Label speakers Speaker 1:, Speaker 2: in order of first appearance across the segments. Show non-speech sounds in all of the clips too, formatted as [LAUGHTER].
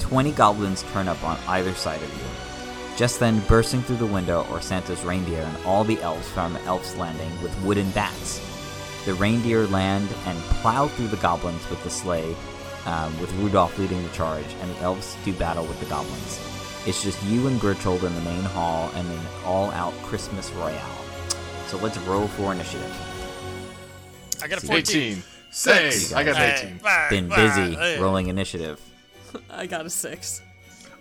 Speaker 1: 20 goblins turn up on either side of you. Just then, bursting through the window are Santa's reindeer and all the elves from Elf's Landing with wooden bats. The reindeer land and plow through the goblins with the sleigh, um, with Rudolph leading the charge, and the elves do battle with the goblins. It's just you and Gertrude in the main hall and an all out Christmas Royale. So let's roll for initiative.
Speaker 2: I got a 14.
Speaker 3: 18.
Speaker 4: Six.
Speaker 3: I got an
Speaker 2: Hey,
Speaker 3: 18.
Speaker 2: bah,
Speaker 1: Been
Speaker 2: bah,
Speaker 1: busy
Speaker 2: hey.
Speaker 1: rolling initiative.
Speaker 5: I got a six.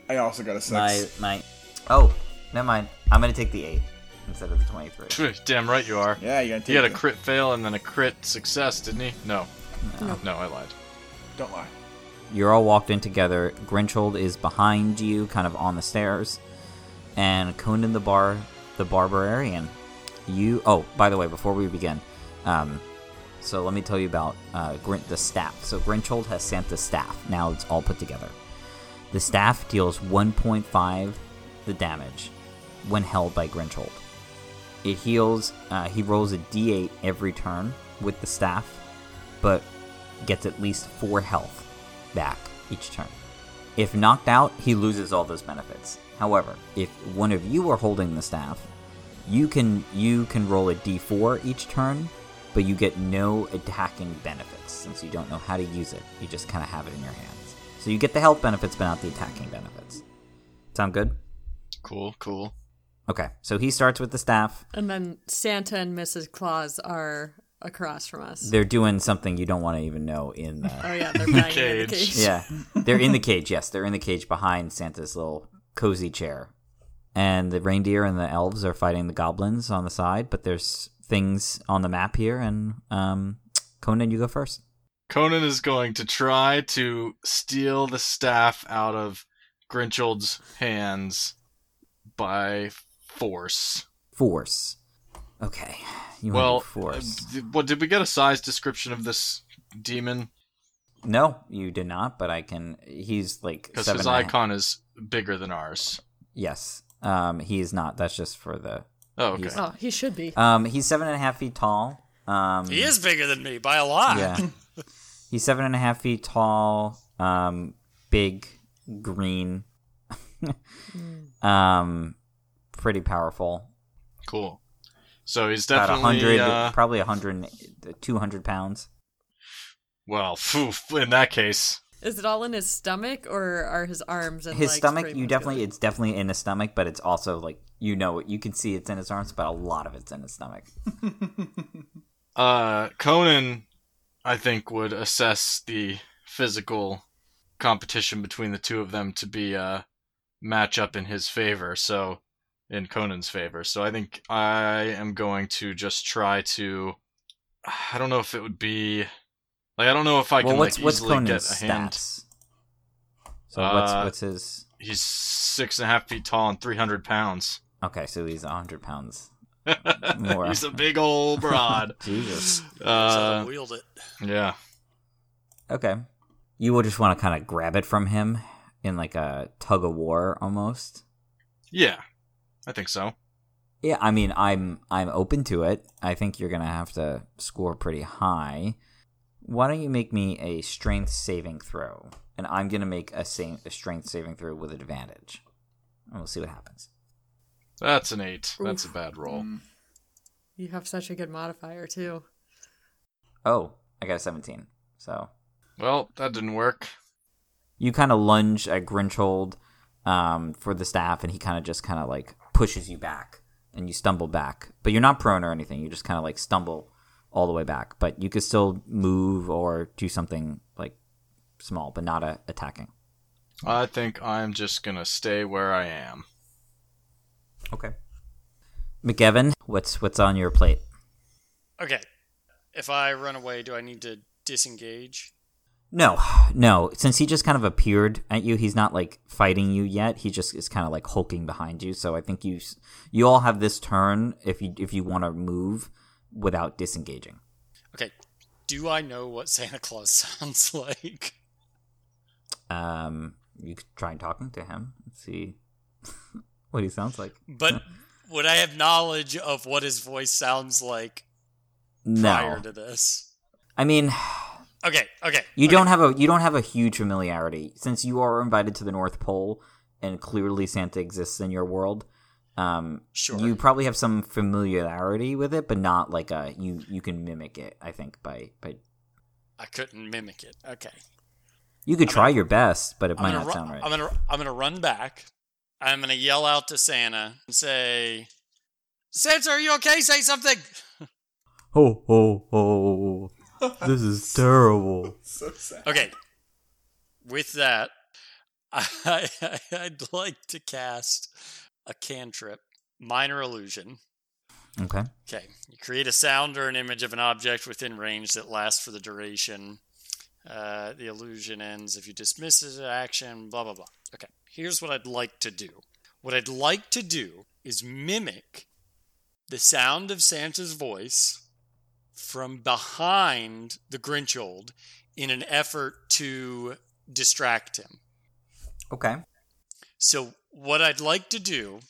Speaker 4: I also got a six.
Speaker 1: My my Oh, never mind. I'm gonna take the eight instead of the twenty three.
Speaker 3: Phew, [LAUGHS] Damn right you are.
Speaker 4: Yeah, you gotta take
Speaker 3: He had a
Speaker 4: it.
Speaker 3: crit fail and then a crit success, didn't he? No. No, I lied.
Speaker 4: Don't lie.
Speaker 1: You're all walked in together. Grinchhold is behind you, kind of on the stairs. And Conan the Bar the Barbarian. You oh, by the way, before we begin, um so let me tell you about uh, Grin- the staff. So Grinchhold has Santa's staff. Now it's all put together. The staff deals 1.5 the damage when held by Grinchhold. It heals. Uh, he rolls a d8 every turn with the staff, but gets at least four health back each turn. If knocked out, he loses all those benefits. However, if one of you are holding the staff, you can you can roll a d4 each turn, but you get no attacking benefits since you don't know how to use it. You just kind of have it in your hands. So you get the health benefits, but not the attacking benefits. Sound good?
Speaker 3: Cool, cool.
Speaker 1: Okay, so he starts with the staff.
Speaker 5: And then Santa and Mrs. Claus are across from us.
Speaker 1: They're doing something you don't want to even know in the
Speaker 5: oh yeah, they're banging in the
Speaker 3: cage.
Speaker 5: cage.
Speaker 1: Yeah. [LAUGHS] They're in the cage, yes. They're in the cage behind Santa's little cozy chair. And the reindeer and the elves are fighting the goblins on the side, but there's things on the map here and um Conan, you go first.
Speaker 3: Conan is going to try to steal the staff out of Grinchold's hands by force.
Speaker 1: Force. Okay. You want
Speaker 3: Well,
Speaker 1: to do force.
Speaker 3: uh, d- what did we get a size description of this demon?
Speaker 1: no, you did not, but I can he's like
Speaker 3: Because
Speaker 1: seven
Speaker 3: his
Speaker 1: and a half-
Speaker 3: icon is bigger than ours.
Speaker 1: Yes. Um he is not. That's just for the
Speaker 3: Oh, okay.
Speaker 5: Oh, he should be.
Speaker 1: um he's seven and a half feet tall. Um
Speaker 2: He is bigger than me by a lot.
Speaker 5: [LAUGHS]
Speaker 1: Yeah. He's seven and a half feet tall, um, big, green, [LAUGHS] um, pretty powerful.
Speaker 3: Cool. So he's
Speaker 1: About 100,
Speaker 3: definitely uh,
Speaker 1: probably 100, and- 200 pounds.
Speaker 3: well. Phew, in that case,
Speaker 5: Is it all in his stomach or are his arms and
Speaker 1: His
Speaker 5: legs
Speaker 1: stomach,
Speaker 5: pretty
Speaker 1: you
Speaker 5: much
Speaker 1: definitely,
Speaker 5: good?
Speaker 1: it's definitely in his stomach, but it's also like, you know, you can see it's in his arms, but a lot of it's in his stomach.
Speaker 3: uh, Conan, I think, would assess the physical competition between the two of them to be a matchup in his favor. So, in Conan's favor. So I think I am going to just try to. I don't know if it would be. Like I don't know if I
Speaker 1: well,
Speaker 3: can
Speaker 1: what's,
Speaker 3: like
Speaker 1: what's
Speaker 3: easily
Speaker 1: Conan's
Speaker 3: get a hand.
Speaker 1: stats? So what's,
Speaker 3: Uh,
Speaker 1: what's his,
Speaker 3: He's six and a half feet tall and three hundred pounds.
Speaker 1: okay, so he's 100 pounds more.
Speaker 3: [LAUGHS] He's a big old
Speaker 1: [LAUGHS]
Speaker 3: broad.
Speaker 1: Jesus.
Speaker 2: [LAUGHS] So I
Speaker 3: Uh,
Speaker 2: wield it.
Speaker 3: yeah.
Speaker 1: Okay. You will just want to kind of grab it from him in like a tug of war almost.
Speaker 3: Yeah. I think so.
Speaker 1: Yeah, I mean, I'm I'm open to it. I think you're going to have to score pretty high. Why don't you make me a strength saving throw? And I'm going to make a, sa- a strength saving throw with advantage. And we'll see what happens.
Speaker 3: That's an eight. That's a bad roll.
Speaker 4: Mm,
Speaker 5: You have such a good modifier too.
Speaker 1: Oh, I got a 17. So,
Speaker 3: Well, that didn't work.
Speaker 1: you kind of lunge at Grinchhold um, for the staff, and he kind of just kind of like pushes you back, and you stumble back. But you're not prone or anything. You just kind of like stumble all the way back. But you could still move or do something like small, but not a- attacking.
Speaker 3: I think I'm just gonna stay where I am.
Speaker 1: Okay. McEvin, what's what's on your plate?
Speaker 2: Okay. If I run away, do I need to disengage?
Speaker 1: No, [SIGHS] no. Since he just kind of appeared at you, he's not like fighting you yet. He just is kind of like hulking behind you. So I think you s- you all have this turn if you if you want to move without disengaging.
Speaker 2: Okay. Do I know what Santa Claus [LAUGHS] sounds like?
Speaker 1: Um, you could try talking to him. Let's see [LAUGHS] what he sounds like.
Speaker 2: But would I have knowledge of what his voice sounds like
Speaker 1: No,
Speaker 2: prior to this?
Speaker 1: I mean,
Speaker 2: Okay, okay.
Speaker 1: You
Speaker 2: okay.
Speaker 1: don't have a you don't have a huge familiarity since you are invited to the North Pole, and clearly Santa exists in your world. Um,
Speaker 2: Sure.
Speaker 1: You probably have some familiarity with it, but not like a you you can mimic it. I think by by
Speaker 2: I couldn't mimic it. Okay.
Speaker 1: you could
Speaker 2: I'm
Speaker 1: try your best, but it
Speaker 2: I'm
Speaker 1: might
Speaker 2: gonna
Speaker 1: not
Speaker 2: ru-
Speaker 1: sound right.
Speaker 2: I'm gonna I'm gonna run back. I'm gonna yell out to Santa and say, "Santa, are you okay? Say something."
Speaker 1: Ho ho
Speaker 2: [LAUGHS]
Speaker 1: ho! This is terrible.
Speaker 4: So sad.
Speaker 2: Okay. With that, [LAUGHS] I, I'd like to cast a cantrip, minor illusion.
Speaker 1: Okay.
Speaker 2: Okay. You create a sound or an image of an object within range that lasts for the duration. Uh, the illusion ends if you dismiss it as an action, blah, blah, blah. Okay. Here's what I'd like to do. What I'd like to do is mimic the sound of Santa's voice from behind the Grinchold in an effort to distract him.
Speaker 1: Okay.
Speaker 2: So what I'd like to do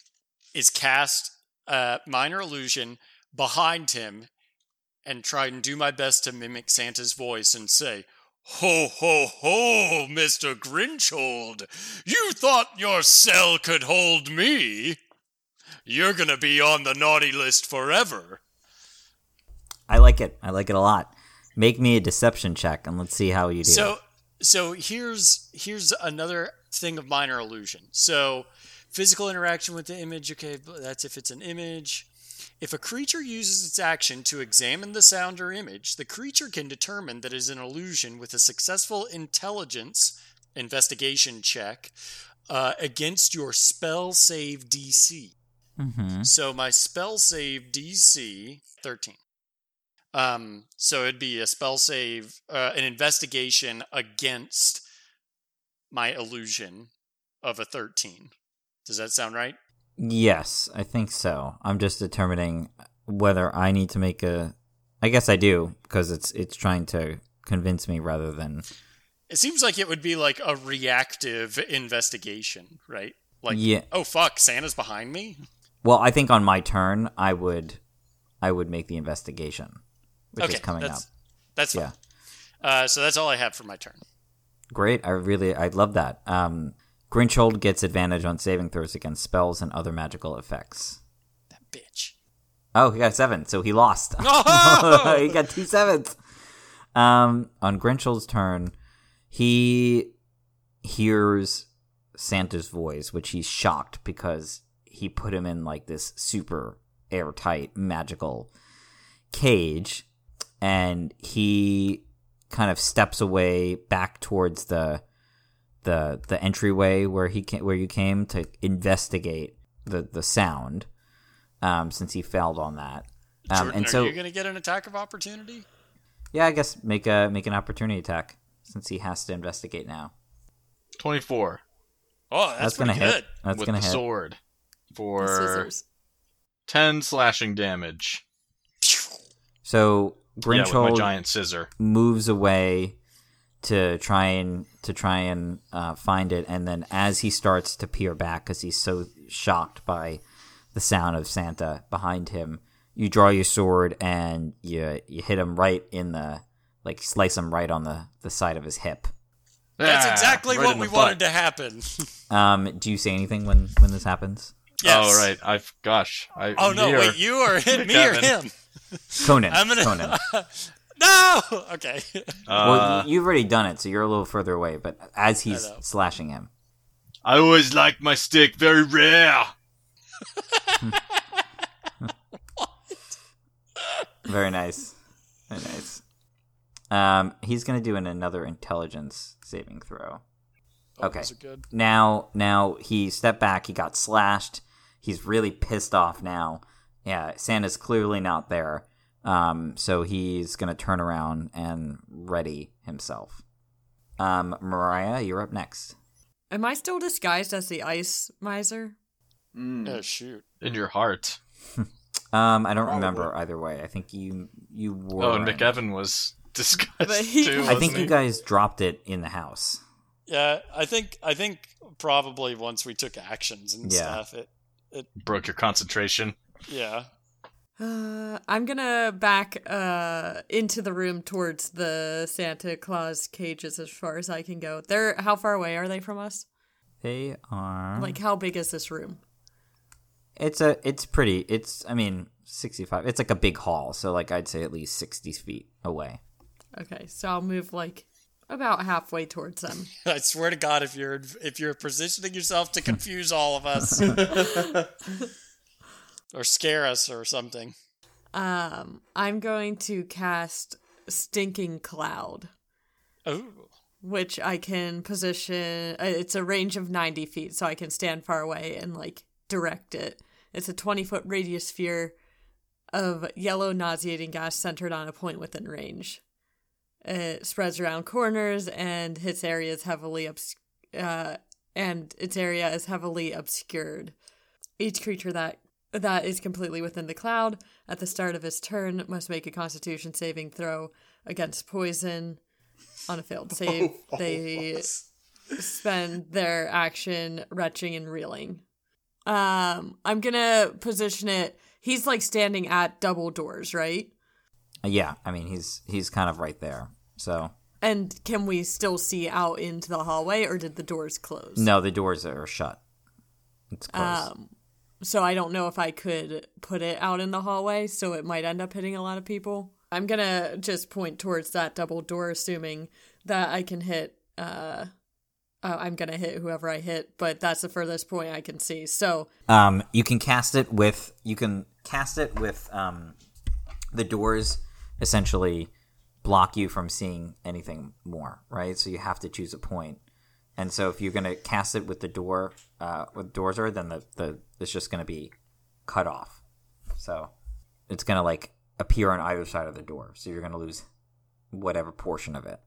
Speaker 2: is cast a minor illusion behind him and try and do my best to mimic Santa's voice and say, Ho, ho, ho, Mr. Grinchhold! You thought your cell could hold me! You're gonna be on the naughty list forever!
Speaker 1: I like it. I like it a lot. Make me a deception check, and let's see how you do.
Speaker 2: So so here's here's another thing of minor illusion. So physical interaction with the image, okay, but that's if it's an image. If a creature uses its action to examine the sound or image, the creature can determine that it is an illusion with a successful intelligence investigation check uh, against your spell save DC.
Speaker 1: hmm
Speaker 2: So my spell save DC 13. Um, so it'd be a spell save, uh, an investigation against my illusion of a 13. Does that sound right?
Speaker 1: Yes, I think so. I'm just determining whether I need to make a. I guess I do because it's it's trying to convince me rather than
Speaker 2: It seems like it would be like a reactive investigation, right? Like,
Speaker 1: yeah.
Speaker 2: oh fuck, Santa's behind me?
Speaker 1: Well, I think on my turn I would I would make the investigation, which
Speaker 2: okay,
Speaker 1: is coming up.
Speaker 2: that's, That's fine.
Speaker 1: Yeah,
Speaker 2: Uh, so that's all I have for my turn.
Speaker 1: great. I really I love that. Um, Grinchhold gets advantage on saving throws against spells and other magical effects.
Speaker 2: That bitch.
Speaker 1: Oh, he got a seven, so he lost.
Speaker 2: No!
Speaker 1: [LAUGHS] he got two sevens. Um, on Grinchel's turn, he hears Santa's voice, which he's shocked because he put him in like this super airtight magical cage, and he kind of steps away back towards the the the entryway where he ca- where you came to investigate the the sound um, since he failed on that. Um,
Speaker 2: Jordan,
Speaker 1: and
Speaker 2: are
Speaker 1: so,
Speaker 2: you going to get an attack of opportunity?
Speaker 1: yeah, I guess make a make an opportunity attack since he has to investigate now.
Speaker 3: 24
Speaker 2: Oh, that's,
Speaker 1: gonna
Speaker 2: pretty good.
Speaker 1: hit. That's
Speaker 3: with
Speaker 1: gonna
Speaker 3: the
Speaker 1: hit.
Speaker 3: sword
Speaker 5: The
Speaker 3: for
Speaker 5: scissors.
Speaker 3: 10 slashing damage.
Speaker 1: So
Speaker 3: Yeah, with my
Speaker 1: Grinchhold
Speaker 3: giant scissor.
Speaker 1: moves away to try and to try and uh, find it, and then as he starts to peer back because he's so shocked by the sound of Santa behind him, you draw your sword and you you hit him right in the like slice him right on the the side of his hip.
Speaker 2: That's
Speaker 3: Ah,
Speaker 2: exactly
Speaker 3: right
Speaker 2: what
Speaker 3: in
Speaker 2: we
Speaker 3: the
Speaker 2: wanted
Speaker 3: butt. Oh,
Speaker 2: to happen. [LAUGHS]
Speaker 1: Um, do you say anything when when this happens,
Speaker 2: yes.
Speaker 3: Oh, right. I've, gosh. I,
Speaker 2: Oh no!
Speaker 3: me or-
Speaker 2: Wait, you
Speaker 3: [LAUGHS]
Speaker 2: or him? Me or
Speaker 3: Kevin.
Speaker 2: him?
Speaker 1: Conan?
Speaker 2: I'm gonna.
Speaker 1: Conan.
Speaker 2: [LAUGHS] no.
Speaker 1: [LAUGHS]
Speaker 2: Okay.
Speaker 1: well,
Speaker 3: Uh,
Speaker 1: y- you've already done it, so you're a little further away. But as he's
Speaker 2: I know.
Speaker 1: slashing him,
Speaker 3: I always like my stick very rare.
Speaker 1: very nice, very nice. Um, he's gonna do an another intelligence saving throw. Okay.
Speaker 2: Those are Oh, good.
Speaker 1: Now, now he stepped back. He got slashed. He's really pissed off now. Yeah, Santa's clearly not there. Um, so he's gonna turn around and ready himself. Um, Mariah, you're up next.
Speaker 5: Am I still disguised as the ice miser? [SIGHS]
Speaker 4: Mm.
Speaker 2: Oh shoot.
Speaker 3: In your heart.
Speaker 1: Um, I don't remember either way. I think you you were.
Speaker 3: Oh, and McEvan was [LAUGHS] discussed
Speaker 5: But he-
Speaker 3: too.
Speaker 1: I
Speaker 3: wasn't
Speaker 1: think
Speaker 3: he?
Speaker 1: you guys dropped it in the house.
Speaker 2: Yeah, I think I think probably once we took actions and
Speaker 1: Yeah.
Speaker 2: stuff, it
Speaker 3: broke your concentration.
Speaker 2: yeah. [LAUGHS]
Speaker 5: Uh, I'm gonna back uh into the room towards the Santa Claus cages as far as I can go. They're how far away are they from us?
Speaker 1: They are
Speaker 5: Like how big is this room?
Speaker 1: It's a it's pretty. It's I mean sixty five. It's like a big hall, so like I'd say at least sixty feet away.
Speaker 5: Okay, so I'll move like about halfway towards them.
Speaker 2: I swear to God, if you're if you're positioning yourself to confuse all
Speaker 1: [LAUGHS]
Speaker 2: of us or scare us or something,
Speaker 5: Um, I'm going to cast Stinking Cloud,
Speaker 2: oh,
Speaker 5: which I can position. uh, It's a range of 90 feet, so I can stand far away and like direct it. It's a 20 foot radius sphere of yellow nauseating gas centered on a point within range. It spreads around corners and hits areas heavily obs- uh, and its area is heavily obscured. Each creature that that is completely within the cloud at the start of his turn must make a Constitution saving throw against poison. On a failed save, they spend their action retching and reeling. Um, I'm gonna position it. He's like standing at double doors, right?
Speaker 1: Uh, Yeah, I mean he's he's kind of right there. So
Speaker 5: And can we still see out into the hallway, or did the doors close?
Speaker 1: no, the doors are shut. It's closed.
Speaker 5: Um, so I don't know if I could put it out in the hallway, so it might end up hitting a lot of people. I'm gonna just point towards that double door, assuming that I can hit. Uh, uh, I'm gonna hit whoever I hit, but that's the furthest point I can see. So
Speaker 1: Um, you can cast it with you can cast it with um, the doors essentially block you from seeing anything more, right? So you have to choose a point. And so if you're gonna cast it with the door, uh, with doors are then the, the it's just gonna be cut off. So it's gonna like appear on either side of the door. So you're gonna lose whatever portion of it.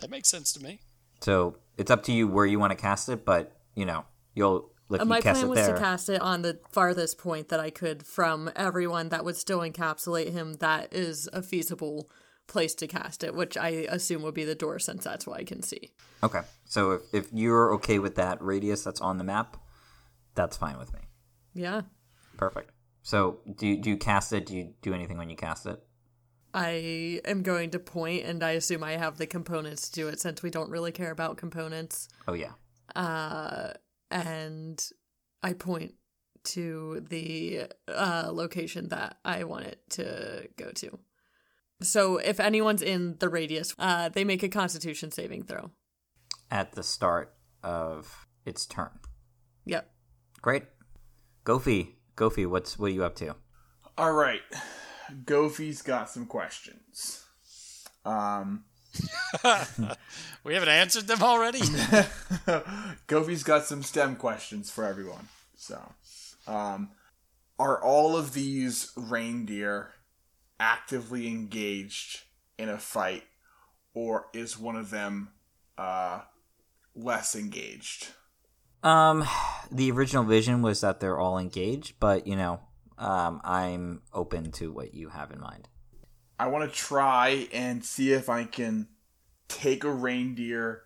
Speaker 2: that makes sense to me.
Speaker 1: So it's up to you where you want to cast it, but you know you'll like
Speaker 5: uh,
Speaker 1: you
Speaker 5: my
Speaker 1: cast
Speaker 5: plan
Speaker 1: it
Speaker 5: was
Speaker 1: there.
Speaker 5: to cast it on the farthest point that I could from everyone that would still encapsulate him. That is a feasible place to cast it, which I assume would be the door, since that's what I can see.
Speaker 1: Okay. So if, if you're okay with that radius that's on the map, that's fine with me.
Speaker 5: Yeah,
Speaker 1: Perfect. So do you, do you cast it? Do you do anything when you cast it?
Speaker 5: I am going to point, and I assume I have the components to do it since we don't really care about components.
Speaker 1: Oh yeah.
Speaker 5: Uh, and I point to the uh, location that I want it to go to. So if anyone's in the radius, uh, they make a Constitution saving throw.
Speaker 1: At the start of its turn.
Speaker 5: Yep.
Speaker 1: Great. Goofy, Goofy, what's what are you up to?
Speaker 4: All right, Goofy's got some questions. Um, [LAUGHS]
Speaker 2: We haven't answered them already.
Speaker 1: [LAUGHS]
Speaker 4: Goofy's got some STEM questions for everyone. So, um, are all of these reindeer actively engaged in a fight, or is one of them uh, less engaged?
Speaker 1: Um, the original vision was that they're all engaged, but you know, um, I'm open to what you have in mind.
Speaker 4: I want to try and see if I can take a reindeer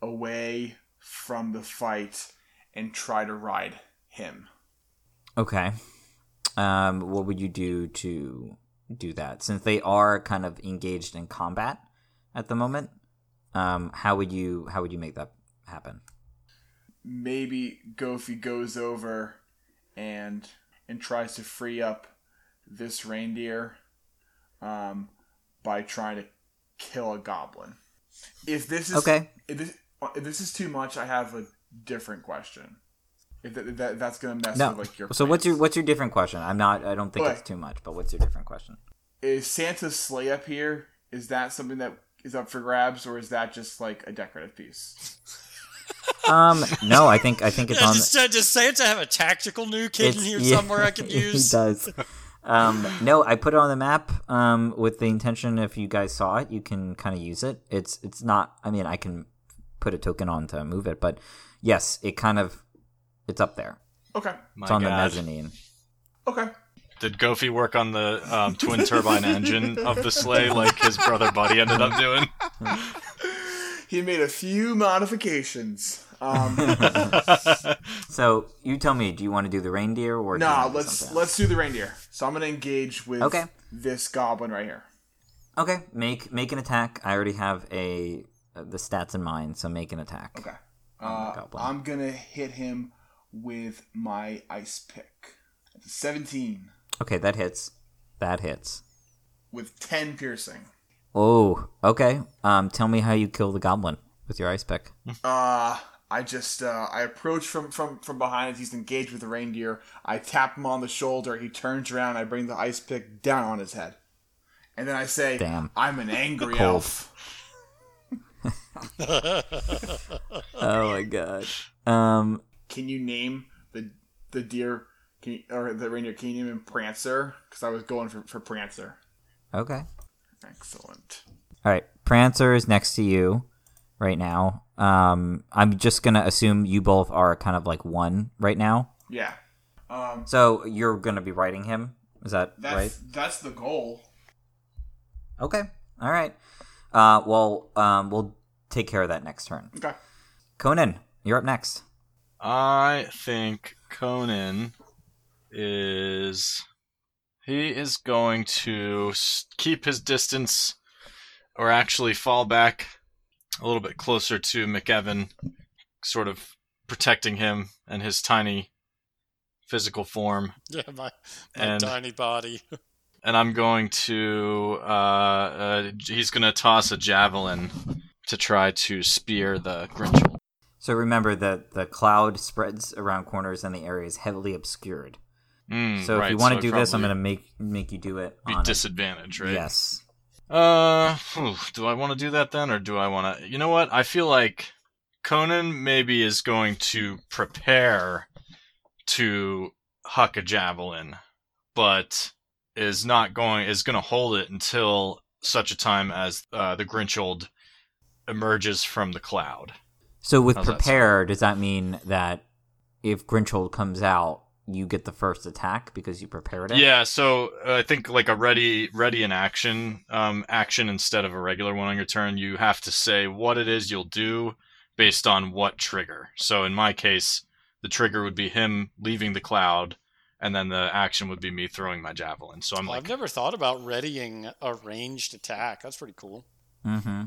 Speaker 4: away from the fight and try to ride him.
Speaker 1: Okay. Um, what would you do to do that? Since they are kind of engaged in combat at the moment, um, how would you how would you make that happen?
Speaker 4: Maybe Goofy goes over and and tries to free up this reindeer um, by trying to kill a goblin. If this is
Speaker 1: Okay.
Speaker 4: if this, if this is too much, I have a different question. If that, that that's gonna mess
Speaker 1: No.
Speaker 4: with like your
Speaker 1: so what's your
Speaker 4: plans.
Speaker 1: what's your different question? I'm not. I don't think
Speaker 4: What?
Speaker 1: it's too much. But what's your different question?
Speaker 4: is Santa's sleigh up here? Is that something that is up for grabs, or is that just like a decorative piece?
Speaker 1: Um, no, I think I think
Speaker 2: [LAUGHS]
Speaker 1: it's
Speaker 2: Yeah,
Speaker 1: on.
Speaker 2: does, does Santa have a tactical nuke hidden
Speaker 1: it's-
Speaker 2: here
Speaker 1: [LAUGHS] yeah,
Speaker 2: somewhere I could use? [LAUGHS]
Speaker 1: he does. Um, no, I put it on the map um, with the intention if you guys saw it, you can kind of use it. It's it's not. I mean, I can put a token on to move it, but yes, it kind of it's up there.
Speaker 4: Okay,
Speaker 1: it's on the mezzanine.
Speaker 4: okay.
Speaker 3: Did Goofy work on the um, twin turbine engine of the sleigh like his brother Buddy ended up doing?
Speaker 4: He made a few modifications.
Speaker 1: [LAUGHS]
Speaker 4: Um,
Speaker 1: So you tell me, do you want to do the reindeer or do you
Speaker 4: nah,
Speaker 1: wanna do
Speaker 4: let's
Speaker 1: something else?
Speaker 4: let's do the reindeer. So I'm gonna engage with
Speaker 1: Okay.
Speaker 4: this goblin right here.
Speaker 1: okay make make an attack. I already have a uh, the stats in mind, so make an attack.
Speaker 4: Okay.
Speaker 1: on
Speaker 4: Uh,
Speaker 1: the Oh goblin.
Speaker 4: I'm gonna hit him with my ice pick. Seventeen
Speaker 1: Okay, that hits. That hits.
Speaker 4: with ten piercing.
Speaker 1: Oh, okay. Um, tell me how you kill the goblin with your ice pick.
Speaker 4: Uh I just uh, I approach from from from behind as he's engaged with the reindeer. I tap him on the shoulder. He turns around. I bring the ice pick down on his head, and then I say,
Speaker 1: Damn.
Speaker 4: "I'm an angry elf."
Speaker 1: Oh my god. Um,
Speaker 4: Can you name the the deer can you, or the reindeer? Can you name him Prancer? Because I was going for, for Prancer.
Speaker 1: okay.
Speaker 4: Excellent.
Speaker 1: All right, Prancer is next to you right now. Um, I'm just gonna assume you both are kind of like one right now.
Speaker 4: Yeah. Um.
Speaker 1: So you're gonna be writing him. Is that
Speaker 4: That's
Speaker 1: right?
Speaker 4: that's the goal.
Speaker 1: Okay. All right. Uh, well, um, we'll take care of that next turn.
Speaker 4: Okay.
Speaker 1: Conan, you're up next.
Speaker 3: I think Conan is he is going to s- keep his distance or actually fall back a little bit closer to McEvan sort of protecting him and his tiny physical form
Speaker 2: Yeah, my, my
Speaker 3: And-
Speaker 2: tiny body.
Speaker 1: oh
Speaker 2: and
Speaker 3: and I'm going to. Uh, uh, j- he's going to toss a javelin to try to spear the Grinchel.
Speaker 1: So remember that the cloud spreads around corners and the area is heavily obscured.
Speaker 3: Mm,
Speaker 1: So if
Speaker 3: right,
Speaker 1: you want to
Speaker 3: I'd
Speaker 1: do this, I'm
Speaker 3: probably
Speaker 1: going to make make you do it
Speaker 3: be
Speaker 1: on a-
Speaker 3: disadvantage, right?
Speaker 1: Yes.
Speaker 3: Uh, phew, do I want to do that then, or do I want to? You know what? I feel like Conan maybe is going to prepare to huck a javelin, but is not going is going to hold it until such a time as uh, the Grinchold emerges from the cloud.
Speaker 1: So with
Speaker 3: How's that
Speaker 1: prepare, does that mean that if Grinchhold comes out, you get the first attack because you prepared it?
Speaker 3: Yeah, so uh, I think like a ready ready in action um, action instead of a regular one on your turn, you have to say what it is you'll do based on what trigger. So in my case, the trigger would be him leaving the cloud, and then the action would be me throwing my javelin. So I'm
Speaker 2: Well,
Speaker 3: like,
Speaker 2: I've never thought about readying a ranged attack. That's pretty cool.
Speaker 1: Mm-hmm.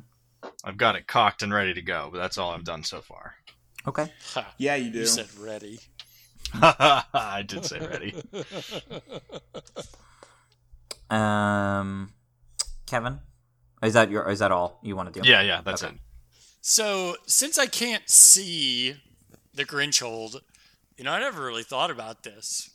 Speaker 3: I've got it cocked and ready to go. But that's all I've done so far. [LAUGHS]
Speaker 1: Okay.
Speaker 2: Ha,
Speaker 4: Yeah, you do.
Speaker 2: you said ready.
Speaker 3: I did
Speaker 2: [LAUGHS]
Speaker 3: say ready.
Speaker 1: Um, Kevin, is that your? Is that all you want to do?
Speaker 3: Yeah, yeah, that's
Speaker 1: Okay.
Speaker 3: it.
Speaker 2: So, since I can't see the Grinchhold, you know, I never really thought about this.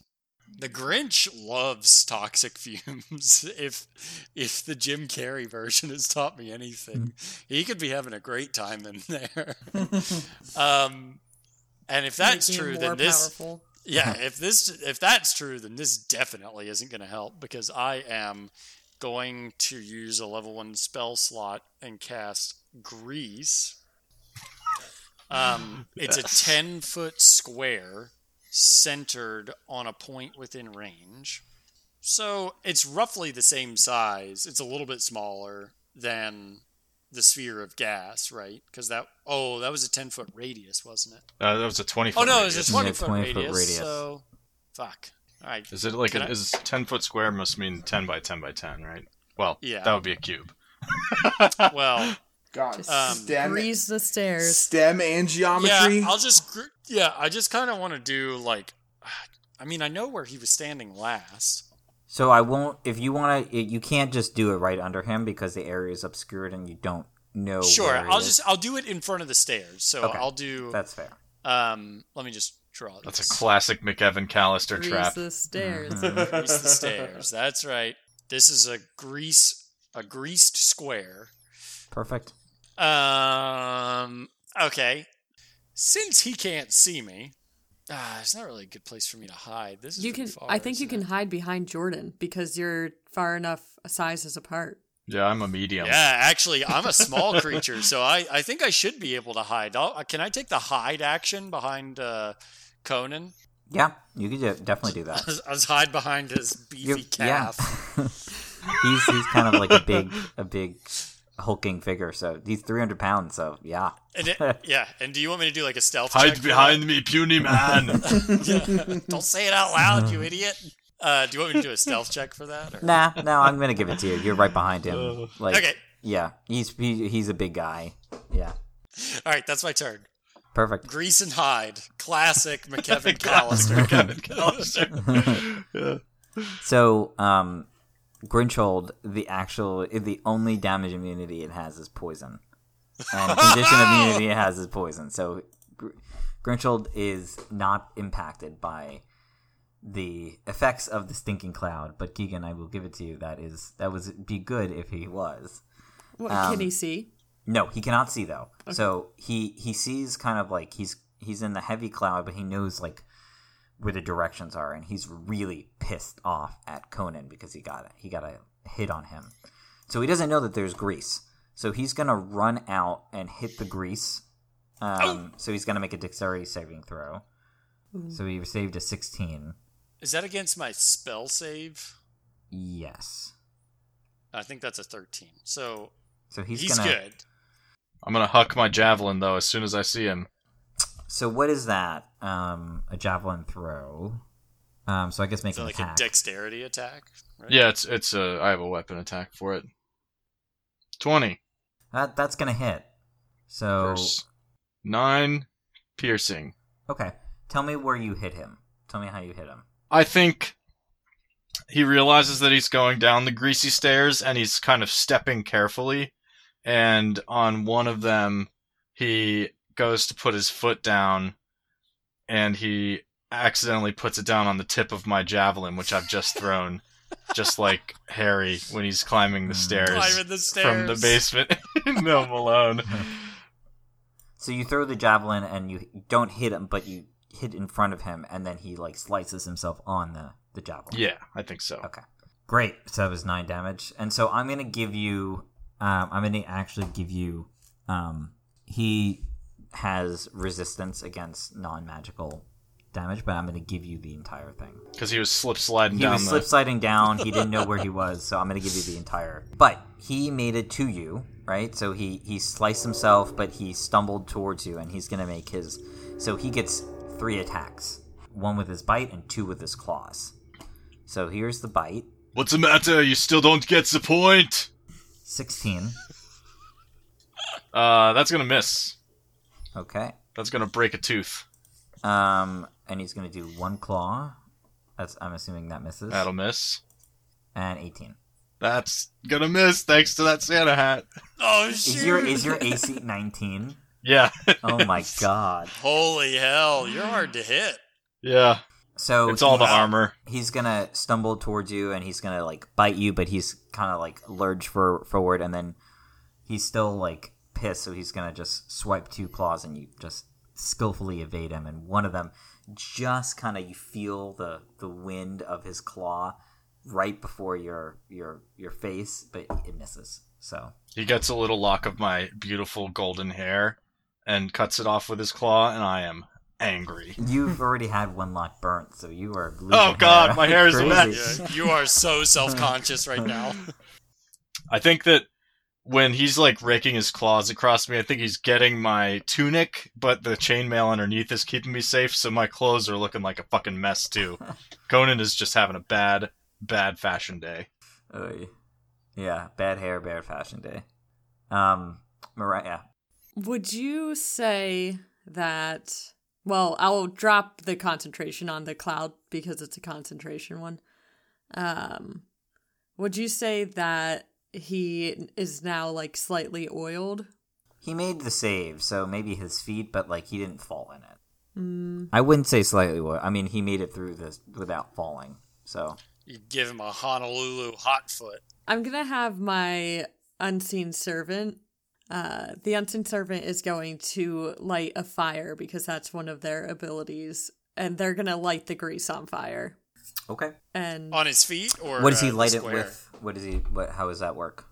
Speaker 2: The Grinch loves toxic [LAUGHS] fumes. if if the Jim Carrey version has taught me anything, he could be having a great time in
Speaker 5: [LAUGHS]
Speaker 2: there. um, and if that's
Speaker 5: Making
Speaker 2: true,
Speaker 5: him
Speaker 2: then
Speaker 5: more
Speaker 2: this
Speaker 5: powerful.
Speaker 2: yeah, if this if that's true, then this definitely isn't going to help because I am going to use a level one spell slot and cast Grease. Um, it's a ten foot square centered on a point within range, so it's roughly the same size. It's a little bit smaller than the sphere of gas, right? Because that oh, that was a ten foot radius, wasn't it?
Speaker 3: Uh, that was a twenty.
Speaker 2: Oh
Speaker 3: foot
Speaker 2: no,
Speaker 3: radius.
Speaker 2: it's a
Speaker 1: Yeah,
Speaker 2: twenty foot
Speaker 1: 20 foot
Speaker 2: radius,
Speaker 1: radius.
Speaker 2: So, fuck. All right.
Speaker 3: Is it like
Speaker 2: Can
Speaker 3: a,
Speaker 2: I-
Speaker 3: is ten foot square must mean ten by ten by ten, right? Well,
Speaker 2: Yeah.
Speaker 3: that would be a cube.
Speaker 2: [LAUGHS] Well,
Speaker 4: God,
Speaker 5: Just
Speaker 2: Um,
Speaker 4: stem,
Speaker 5: breeze the stairs.
Speaker 4: stem and geometry.
Speaker 2: yeah. I'll just. gr- Yeah, I just kind of want to do like. [SIGHS] I mean, I know where he was standing last.
Speaker 1: So I won't. If you want to, you can't just do it right under him because the area is obscured and you don't know.
Speaker 2: sure,
Speaker 1: Oh, where it
Speaker 2: I'll
Speaker 1: is.
Speaker 2: just. I'll do it in front of the stairs. So
Speaker 1: Okay.
Speaker 2: I'll do.
Speaker 1: That's fair.
Speaker 2: Um, let me just draw.
Speaker 3: That's a
Speaker 2: this.
Speaker 3: classic McEvan Callister
Speaker 5: Breeze
Speaker 3: trap.
Speaker 2: [LAUGHS]
Speaker 5: the stairs.
Speaker 2: grease
Speaker 3: [LAUGHS]
Speaker 2: the stairs. That's right. This is a grease a greased square.
Speaker 1: Perfect.
Speaker 2: Um. Okay. Since he can't see me, ah, it's not really a good place for me to hide. This is
Speaker 5: You
Speaker 2: pretty
Speaker 5: can.
Speaker 2: Far,
Speaker 5: I think you
Speaker 2: isn't
Speaker 5: can
Speaker 2: it?
Speaker 5: hide behind Jordan because you're far enough sizes apart.
Speaker 3: Yeah, I'm a medium.
Speaker 2: Yeah, actually, I'm a small creature, so I, I think I should be able to hide. I'll, can I take the hide action behind uh, Conan?
Speaker 1: Yeah, you could do- definitely
Speaker 3: [LAUGHS]
Speaker 1: do that.
Speaker 2: I was hide behind his beefy
Speaker 1: You- yeah. [LAUGHS]
Speaker 2: calf.
Speaker 1: he's he's kind of like a big a big hulking figure. So he's 300 pounds. So yeah. [LAUGHS]
Speaker 2: And it, yeah, and do you want me to do like a stealth? check
Speaker 3: Hide
Speaker 2: for
Speaker 3: behind me, puny man.
Speaker 2: that? Don't say it out loud,
Speaker 1: Mm.
Speaker 2: you idiot. Uh, do you want me to do a stealth check for that? Or?
Speaker 1: Nah, no, I'm gonna give it to you. You're right behind him. Like,
Speaker 2: Okay.
Speaker 1: yeah, he's he, he's a big guy. Yeah,
Speaker 2: All right, that's my turn.
Speaker 1: perfect.
Speaker 2: Grease and Hyde, classic
Speaker 3: [LAUGHS]
Speaker 2: McKevin Callister.
Speaker 3: Kevin Callister. yeah.
Speaker 1: So, um, Grinchhold, the actual, the only damage immunity it has is poison, and condition immunity it has is poison. So, Gr- Grinchhold is not impacted by the effects of the stinking cloud. But Keegan, I will give it to you. That is that was be good if he was.
Speaker 5: What can he see?
Speaker 1: No, he cannot see though. So he he sees kind of like he's he's in the heavy cloud, but he knows like where the directions are, and he's really pissed off at Conan because he got he got a hit on him. So he doesn't know that there's grease. So he's gonna run out and hit the grease. Um, so he's gonna make a dexterity saving throw. So he saved a sixteen.
Speaker 2: Is that against my spell save?
Speaker 1: Yes.
Speaker 2: I think that's a 13. So
Speaker 1: So he's,
Speaker 2: he's,
Speaker 1: gonna.
Speaker 2: good.
Speaker 3: I'm gonna huck my javelin though as soon as I see him.
Speaker 1: So what is that? Um, a javelin throw. Um, so I guess make
Speaker 2: Is that
Speaker 1: an
Speaker 2: like
Speaker 1: attack.
Speaker 2: a dexterity attack? Right?
Speaker 3: Yeah, it's it's a I have a weapon attack for it. Twenty.
Speaker 1: That that's gonna hit. So
Speaker 3: Verse nine piercing.
Speaker 1: okay, tell me where you hit him. Tell me how you hit him.
Speaker 3: I think he realizes that he's going down the greasy stairs and he's kind of stepping carefully. And on one of them, he goes to put his foot down and he accidentally puts it down on the tip of my javelin, which I've just thrown, just like Harry when he's climbing
Speaker 1: Mm.
Speaker 3: the stairs
Speaker 2: Climbing the
Speaker 3: from
Speaker 2: stairs.
Speaker 3: the basement
Speaker 2: [LAUGHS]
Speaker 3: in
Speaker 1: [LAUGHS]
Speaker 3: Home Alone.
Speaker 1: So you throw the javelin and you don't hit him, but you hit in front of him, and then he like slices himself on the the javelin.
Speaker 3: Yeah, I think so.
Speaker 1: Okay. Great. So that was nine damage, and so I'm gonna give you. Um, I'm gonna actually give you. Um, he has resistance against non-magical damage, but I'm gonna give you the entire thing.
Speaker 3: Because he was slip sliding
Speaker 1: He
Speaker 3: down
Speaker 1: was
Speaker 3: the.
Speaker 1: slip sliding down. He didn't know where he was, so I'm gonna give you the entire. But he made it to you, right? So he he sliced himself, but he stumbled towards you, and he's gonna make his. So he gets three attacks: one with his bite and two with his claws. So here's the bite:
Speaker 3: What's the matter? You still don't get the point.
Speaker 1: sixteen.
Speaker 3: Uh, that's gonna miss.
Speaker 1: Okay.
Speaker 3: That's gonna break a tooth.
Speaker 1: Um, and he's gonna do one claw. That's I'm assuming that misses.
Speaker 3: That'll miss.
Speaker 1: And eighteen.
Speaker 3: That's gonna miss thanks to that Santa hat.
Speaker 2: Oh, shoot.
Speaker 1: Is your is your AC nineteen?
Speaker 3: Yeah. [LAUGHS]
Speaker 1: Oh my god!
Speaker 2: Holy hell, you're hard to hit.
Speaker 3: yeah.
Speaker 1: So
Speaker 3: It's all the
Speaker 1: he-
Speaker 3: armor.
Speaker 1: he's gonna stumble towards you and he's gonna like bite you but he's kind of like lurch for forward and then he's still like pissed so he's gonna just swipe two claws and you just skillfully evade him and one of them just kind of you feel the the wind of his claw right before your your your face but it misses so
Speaker 3: He gets a little lock of my beautiful golden hair and cuts it off with his claw, and I am angry.
Speaker 1: you've already had one lock burnt so you are losing
Speaker 3: Oh, God, my hair is a
Speaker 1: Crazy.
Speaker 3: mess.
Speaker 2: Yeah, you are so self conscious right now.
Speaker 3: I think that when he's like raking his claws across me, I think he's getting my tunic, but the chainmail underneath is keeping me safe, so my clothes are looking like a fucking mess [LAUGHS] too. Conan is just having a bad, bad fashion day.
Speaker 1: Oy. yeah bad hair bad fashion day um mariah
Speaker 5: Would you say that? Well, I'll drop the concentration on the cloud because it's a concentration one. Um, would you say that he is now like slightly oiled?
Speaker 1: He made the save, so maybe his feet, but like he didn't fall in it.
Speaker 5: Mm.
Speaker 1: I wouldn't say slightly. wo- I mean, he made it through this without falling. So
Speaker 2: You give him a Honolulu hot foot.
Speaker 5: I'm gonna have my unseen servant. Uh, the unseen servant is going to light a fire because that's one of their abilities, and they're gonna light the grease on fire.
Speaker 1: okay.
Speaker 5: And
Speaker 2: On his feet or
Speaker 1: What does he
Speaker 2: uh,
Speaker 1: light
Speaker 2: square?
Speaker 1: it with? What does he? What? How does that work?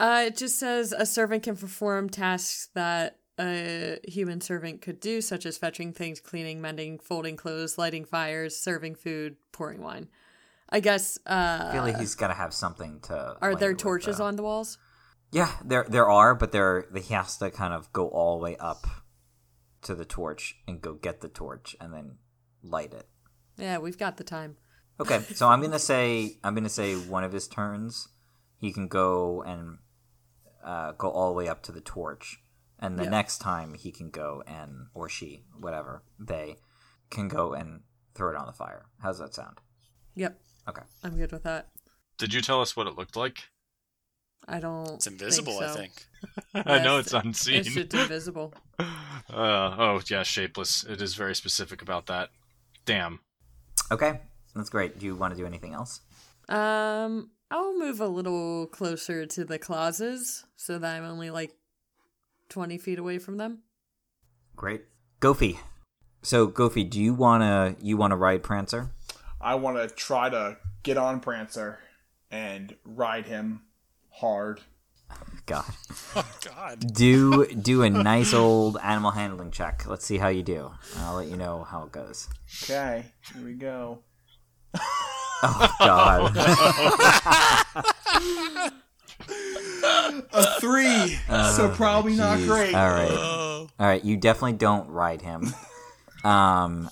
Speaker 5: Uh, it just says a servant can perform tasks that a human servant could do, such as fetching things, cleaning, mending, folding clothes, lighting fires, serving food, pouring wine. I guess.
Speaker 1: I feel
Speaker 5: Uh,
Speaker 1: like uh, he's got to have something to.
Speaker 5: are
Speaker 1: light it
Speaker 5: there
Speaker 1: with,
Speaker 5: torches
Speaker 1: though.
Speaker 5: on the walls?
Speaker 1: Yeah, there there are, but there he has to kind of go all the way up to the torch and go get the torch and then light it.
Speaker 5: Yeah, we've got the time.
Speaker 1: Okay, so I'm gonna say I'm gonna say one of his turns, he can go and uh, go all the way up to the torch, and the
Speaker 5: Yeah.
Speaker 1: next time he can go and or she whatever they can go and throw it on the fire. How's that sound?
Speaker 5: Yep,
Speaker 1: Okay.
Speaker 5: I'm good with that.
Speaker 3: Did you tell us what it looked like?
Speaker 5: I don't.
Speaker 2: It's invisible,
Speaker 5: so.
Speaker 2: I think.
Speaker 3: I know
Speaker 5: Yes,
Speaker 3: it's unseen.
Speaker 5: It's just invisible.
Speaker 3: [LAUGHS] Uh, oh yeah, shapeless. It is very specific about that. Damn.
Speaker 1: Okay, that's great. Do you want to do anything else?
Speaker 5: Um, I'll move a little closer to the clauses so that I'm only like 20 feet away from them. [LAUGHS]
Speaker 1: Great, Goofy. So Goofy, do you wanna you wanna ride Prancer?
Speaker 4: I want to try to get on Prancer and ride him hard.
Speaker 1: God,
Speaker 2: Oh, God.
Speaker 1: do do a nice old animal handling check. Let's see how you do. and I'll let you know how it goes.
Speaker 4: Okay, here we go.
Speaker 1: Oh God.
Speaker 4: A three, so probably not
Speaker 1: Oh, Jeez.
Speaker 4: great.
Speaker 1: All right.
Speaker 3: Uh,
Speaker 2: Oh,
Speaker 1: All right, you definitely don't ride him. Um,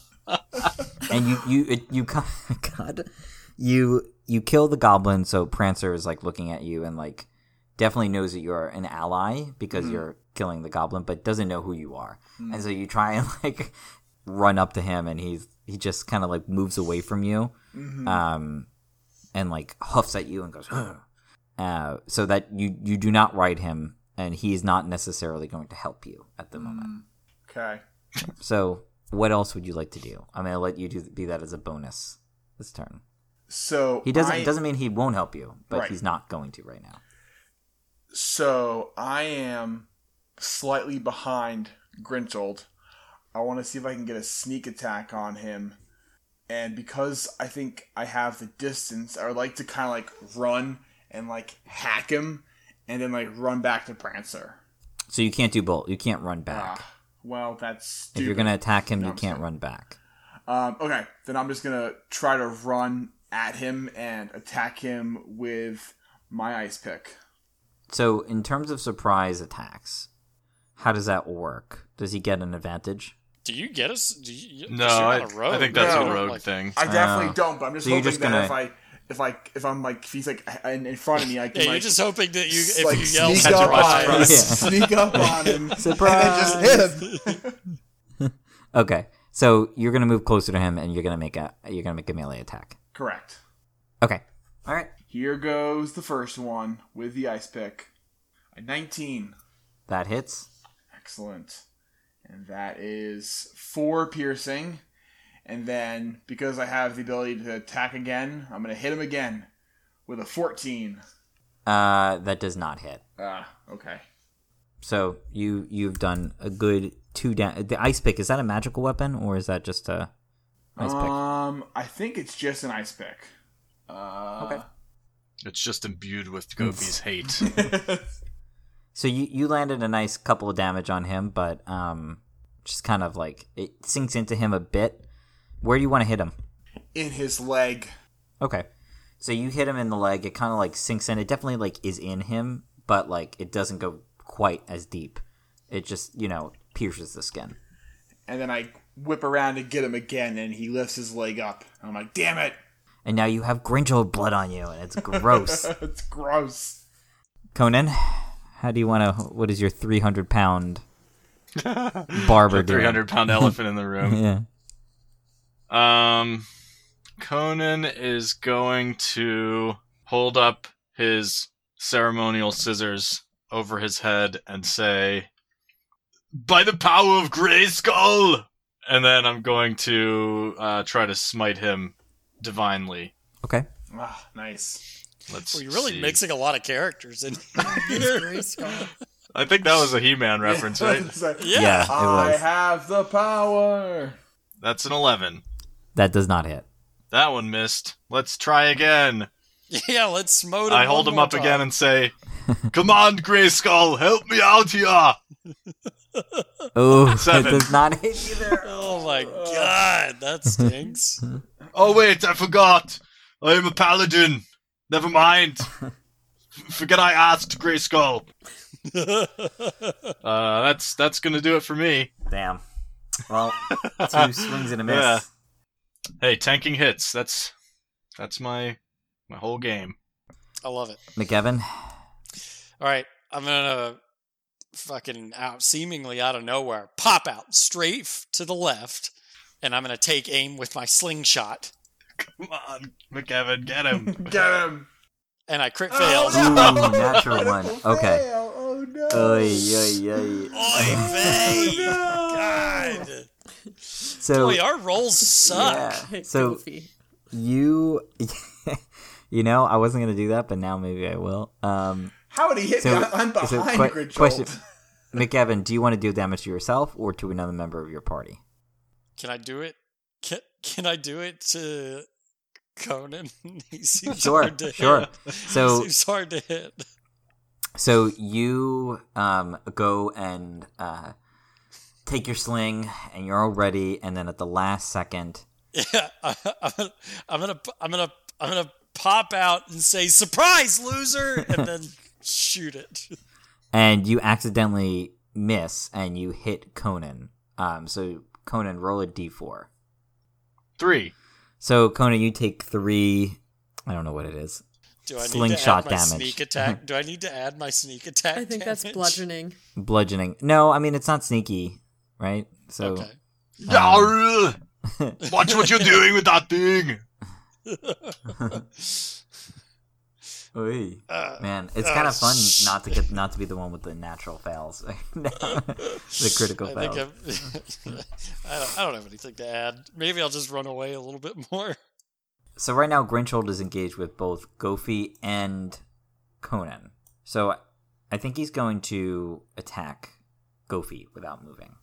Speaker 1: and you you it, you ki- [LAUGHS] God, you you kill the goblin, so Prancer is like looking at you and like definitely knows that you're an ally because you're killing the goblin, but doesn't know who you are. And so you try and [LAUGHS] like run up to him, and he's he just kind of like moves away from you,
Speaker 4: Mm-hmm.
Speaker 1: um, and like huffs at you and goes. "Ugh." Uh, so that you you do not ride him, and he's not necessarily going to help you at the moment.
Speaker 4: Okay.
Speaker 1: So, what else would you like to do? I'm gonna let you do be that as a bonus this turn.
Speaker 4: So
Speaker 1: He doesn't
Speaker 4: I,
Speaker 1: doesn't mean he won't help you, but
Speaker 4: Right.
Speaker 1: he's not going to right now.
Speaker 4: So I am slightly behind Grintold. I want to see if I can get a sneak attack on him. And because I think I have the distance, I would like to kind of like run and like hack him and then like run back to Prancer.
Speaker 1: So you can't do bolt. You can't run back.
Speaker 4: Ah, well, that's stupid.
Speaker 1: if you're gonna attack him,
Speaker 4: No,
Speaker 1: you
Speaker 4: I'm
Speaker 1: can't
Speaker 4: sorry.
Speaker 1: run back.
Speaker 4: Um, okay, then I'm just gonna try to run at him and attack him with my ice pick.
Speaker 1: So, in terms of surprise attacks, how does that work? Does he get an advantage?
Speaker 2: do you get us? Do you,
Speaker 3: No,
Speaker 2: you're
Speaker 3: I,
Speaker 2: on a road.
Speaker 3: I think that's a
Speaker 4: No.
Speaker 2: You don't,
Speaker 3: road
Speaker 2: like-
Speaker 3: thing.
Speaker 4: I definitely
Speaker 1: Ah.
Speaker 4: don't, but I'm just
Speaker 1: So you're
Speaker 4: hoping
Speaker 1: just
Speaker 4: that
Speaker 1: gonna-
Speaker 4: if I if I if I'm like if he's like in, in front of me, I can
Speaker 2: Yeah, you're
Speaker 4: like,
Speaker 2: just hoping that you, if
Speaker 4: like
Speaker 2: you yell,
Speaker 4: sneak
Speaker 2: "Surprise,
Speaker 4: up on him,
Speaker 1: [LAUGHS]
Speaker 2: surprise,"
Speaker 1: Yeah.
Speaker 4: [LAUGHS] sneak
Speaker 1: Surprise.
Speaker 4: up on him, and then just hit him.
Speaker 1: Okay, so you're gonna move closer to him, and you're gonna make a you're gonna make a melee attack.
Speaker 4: Correct.
Speaker 1: Okay, all right,
Speaker 4: Here goes the first one with the ice pick. A 19.
Speaker 1: that hits.
Speaker 4: Excellent. And that is four piercing. And then, because I have the ability to attack again, I'm going to hit him again with a 14.
Speaker 1: Uh, that does not hit.
Speaker 4: Ah, okay.
Speaker 1: So you you've done a good two down. The ice pick is that a magical weapon or is that just a ice pick?
Speaker 4: um, I think it's just an ice pick. Uh,
Speaker 3: It's just imbued with Gopi's hate.
Speaker 4: okay.
Speaker 1: So you you landed a nice couple of damage on him, but um, just kind of like it sinks into him a bit. Where do you want to hit him?
Speaker 4: In his leg.
Speaker 1: Okay, so you hit him in the leg. It kind of like sinks in. It definitely like is in him, but like it doesn't go quite as deep. It just you know pierces the skin.
Speaker 4: And then I whip around to get him again, and he lifts his leg up. I'm like, damn it! [LAUGHS]
Speaker 1: And now you have Grinchel blood on you, and it's
Speaker 4: [LAUGHS]
Speaker 1: gross.
Speaker 4: it's gross.
Speaker 1: Conan, how do you want to? What is your three hundred pound barber doing?
Speaker 3: Three hundred pound elephant in the room.
Speaker 1: Yeah.
Speaker 3: Um, Conan is going to hold up his ceremonial scissors over his head and say, "By the power of Grayskull!" And then I'm going to uh, try to smite him divinely.
Speaker 1: Okay.
Speaker 4: Ah, nice.
Speaker 3: Let's.
Speaker 2: Well, you're really
Speaker 3: see.
Speaker 2: mixing a lot of characters
Speaker 3: [LAUGHS]
Speaker 2: in [LAUGHS] here.
Speaker 5: Grayskull.
Speaker 3: I think that was a [LAUGHS] He-Man reference, right?
Speaker 4: [LAUGHS] So,
Speaker 2: Yeah.
Speaker 1: Yeah, it
Speaker 4: I
Speaker 1: was.
Speaker 4: have the power.
Speaker 3: That's an eleven.
Speaker 1: That does not hit.
Speaker 3: That one missed. Let's try again.
Speaker 2: Yeah, let's smote him.
Speaker 3: I hold him up again and [LAUGHS] say, "Come on, Grayskull, help me out here."
Speaker 1: Oh, that
Speaker 3: [LAUGHS] Seven.
Speaker 1: does not hit either.
Speaker 2: Oh my god,
Speaker 1: [LAUGHS]
Speaker 2: that stinks.
Speaker 3: [LAUGHS] Oh wait, I forgot. I am a paladin. Never mind. Forget I asked, Grayskull. [LAUGHS] Uh, that's that's gonna do it for me.
Speaker 1: Damn.
Speaker 3: [LAUGHS]
Speaker 1: Well, two swings and a miss.
Speaker 3: Yeah. Hey, tanking hits. That's that's my my whole game.
Speaker 2: I love it.
Speaker 3: [LAUGHS]
Speaker 1: McGevin,
Speaker 2: All right, I'm gonna fucking out, seemingly out of nowhere, pop out straight f- to the left, and I'm gonna take aim with my slingshot,
Speaker 3: Come on, McEvin, get [LAUGHS] him.
Speaker 4: Get him.
Speaker 2: and I crit
Speaker 4: Oh,
Speaker 2: fail.
Speaker 1: Ooh,
Speaker 4: no.
Speaker 1: natural one.
Speaker 4: Critical
Speaker 1: Okay.
Speaker 4: fail. Oh no.
Speaker 1: Oy, oy, oy. Oh,
Speaker 2: Oy vey! God,
Speaker 1: So
Speaker 2: boy, our rolls suck.
Speaker 1: yeah. So
Speaker 5: Goofy.
Speaker 1: you, [LAUGHS] you know, I wasn't gonna do that, but now maybe I will. Um,
Speaker 4: How did he hit
Speaker 1: so,
Speaker 4: me? I'm behind
Speaker 1: so
Speaker 4: so
Speaker 1: que- question, McEvin, do you want to do damage to yourself or to another member of your
Speaker 2: [LAUGHS]
Speaker 1: party?
Speaker 2: Can I do it? Can, can I do it to Conan? [LAUGHS] he seems
Speaker 1: Sure,
Speaker 2: hard to
Speaker 1: sure.
Speaker 2: hit. [LAUGHS]
Speaker 1: So
Speaker 2: seems hard to hit.
Speaker 1: So you um, go and uh, take your sling, and you're all ready. And then at the last second,
Speaker 2: Yeah, [LAUGHS] I, I'm gonna, I'm gonna, I'm gonna, I'm gonna pop out and say "surprise, loser," and [LAUGHS] then shoot it.
Speaker 1: and you accidentally miss, and you hit Conan. Um, so Conan, roll a d4.
Speaker 3: Three.
Speaker 1: So Conan, you take three. I don't know what it is.
Speaker 2: Do I need
Speaker 1: Slingshot
Speaker 2: to add my
Speaker 1: damage. [LAUGHS]
Speaker 2: sneak attack? Do I need to add my sneak attack?
Speaker 5: I think
Speaker 2: damage? [LAUGHS]
Speaker 5: that's bludgeoning.
Speaker 1: Bludgeoning. No, I mean it's not sneaky, right? So
Speaker 2: Okay.
Speaker 3: Yarr! Watch what you're doing with that thing.
Speaker 1: Oy.
Speaker 2: Uh,
Speaker 1: man, it's
Speaker 2: uh,
Speaker 1: kind of fun
Speaker 2: sh-
Speaker 1: not to get not to be the one with the natural fails, [LAUGHS] the critical
Speaker 2: I think
Speaker 1: fails.
Speaker 2: I'm, [LAUGHS] I, don't, I don't have anything to add. Maybe I'll just run away a little bit more.
Speaker 1: So right now, Grinchold is engaged with both Gofi and Conan. So I think he's going to attack Gofi without moving.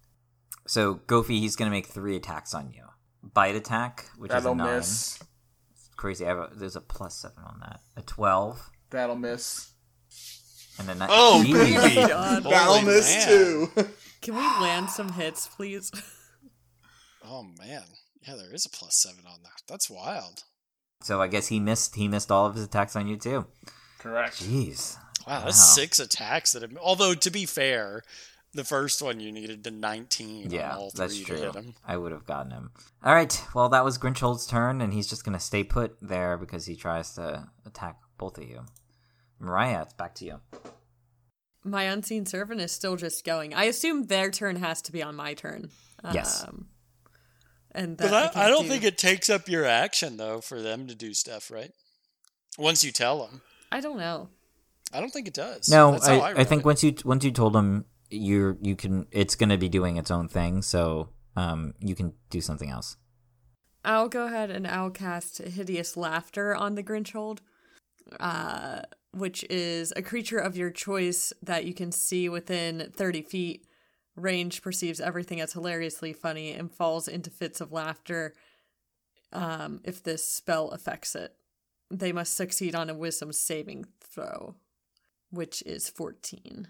Speaker 1: So Gofi, he's going to make three attacks on you. Bite attack, which is a
Speaker 4: That'll
Speaker 1: nine.
Speaker 4: miss.
Speaker 1: Crazy. I have a, there's a plus seven on that. A twelve,
Speaker 4: That'll miss.
Speaker 1: and then that,
Speaker 3: Oh,
Speaker 1: Jeez.
Speaker 3: baby.
Speaker 4: [LAUGHS]
Speaker 5: God.
Speaker 4: That'll
Speaker 2: Holy
Speaker 4: miss
Speaker 2: man.
Speaker 4: too.
Speaker 5: Can we land some hits, please? [LAUGHS]
Speaker 2: Oh man, yeah, there is a plus seven on that. That's wild.
Speaker 1: So I guess he missed. He missed all of his attacks on you too.
Speaker 4: Correct.
Speaker 1: Jeez.
Speaker 2: Wow, that's
Speaker 1: Wow.
Speaker 2: six attacks that have. Although to be fair, the first one you needed to nineteen.
Speaker 1: Yeah,
Speaker 2: on all three
Speaker 1: that's
Speaker 2: To
Speaker 1: true.
Speaker 2: hit him.
Speaker 1: I would have gotten him. All right. Well, that was Grinchold's turn, and he's just gonna stay put there because he tries to attack both of you. Mariah, it's back to you.
Speaker 5: My unseen servant is still just going. I assume their turn has to be on my turn.
Speaker 1: Yes.
Speaker 5: Um, and that
Speaker 2: But I, I,
Speaker 5: can't
Speaker 2: don't
Speaker 5: do.
Speaker 2: think it takes up your action though for them to do stuff, right? Once you tell them,
Speaker 5: I don't know.
Speaker 2: I don't think it does.
Speaker 1: No,
Speaker 2: That's
Speaker 1: I,
Speaker 2: how
Speaker 1: I,
Speaker 2: read
Speaker 1: think
Speaker 2: it.
Speaker 1: once you once you told him you're you can it's gonna be doing its own thing, so um you can do something else.
Speaker 5: I'll go ahead and I'll cast Hideous Laughter on the Grinchhold, uh, which is a creature of your choice that you can see within 30 feet. Range perceives everything as hilariously funny and falls into fits of laughter um, if this spell affects it. They must succeed on a wisdom saving throw, which is 14.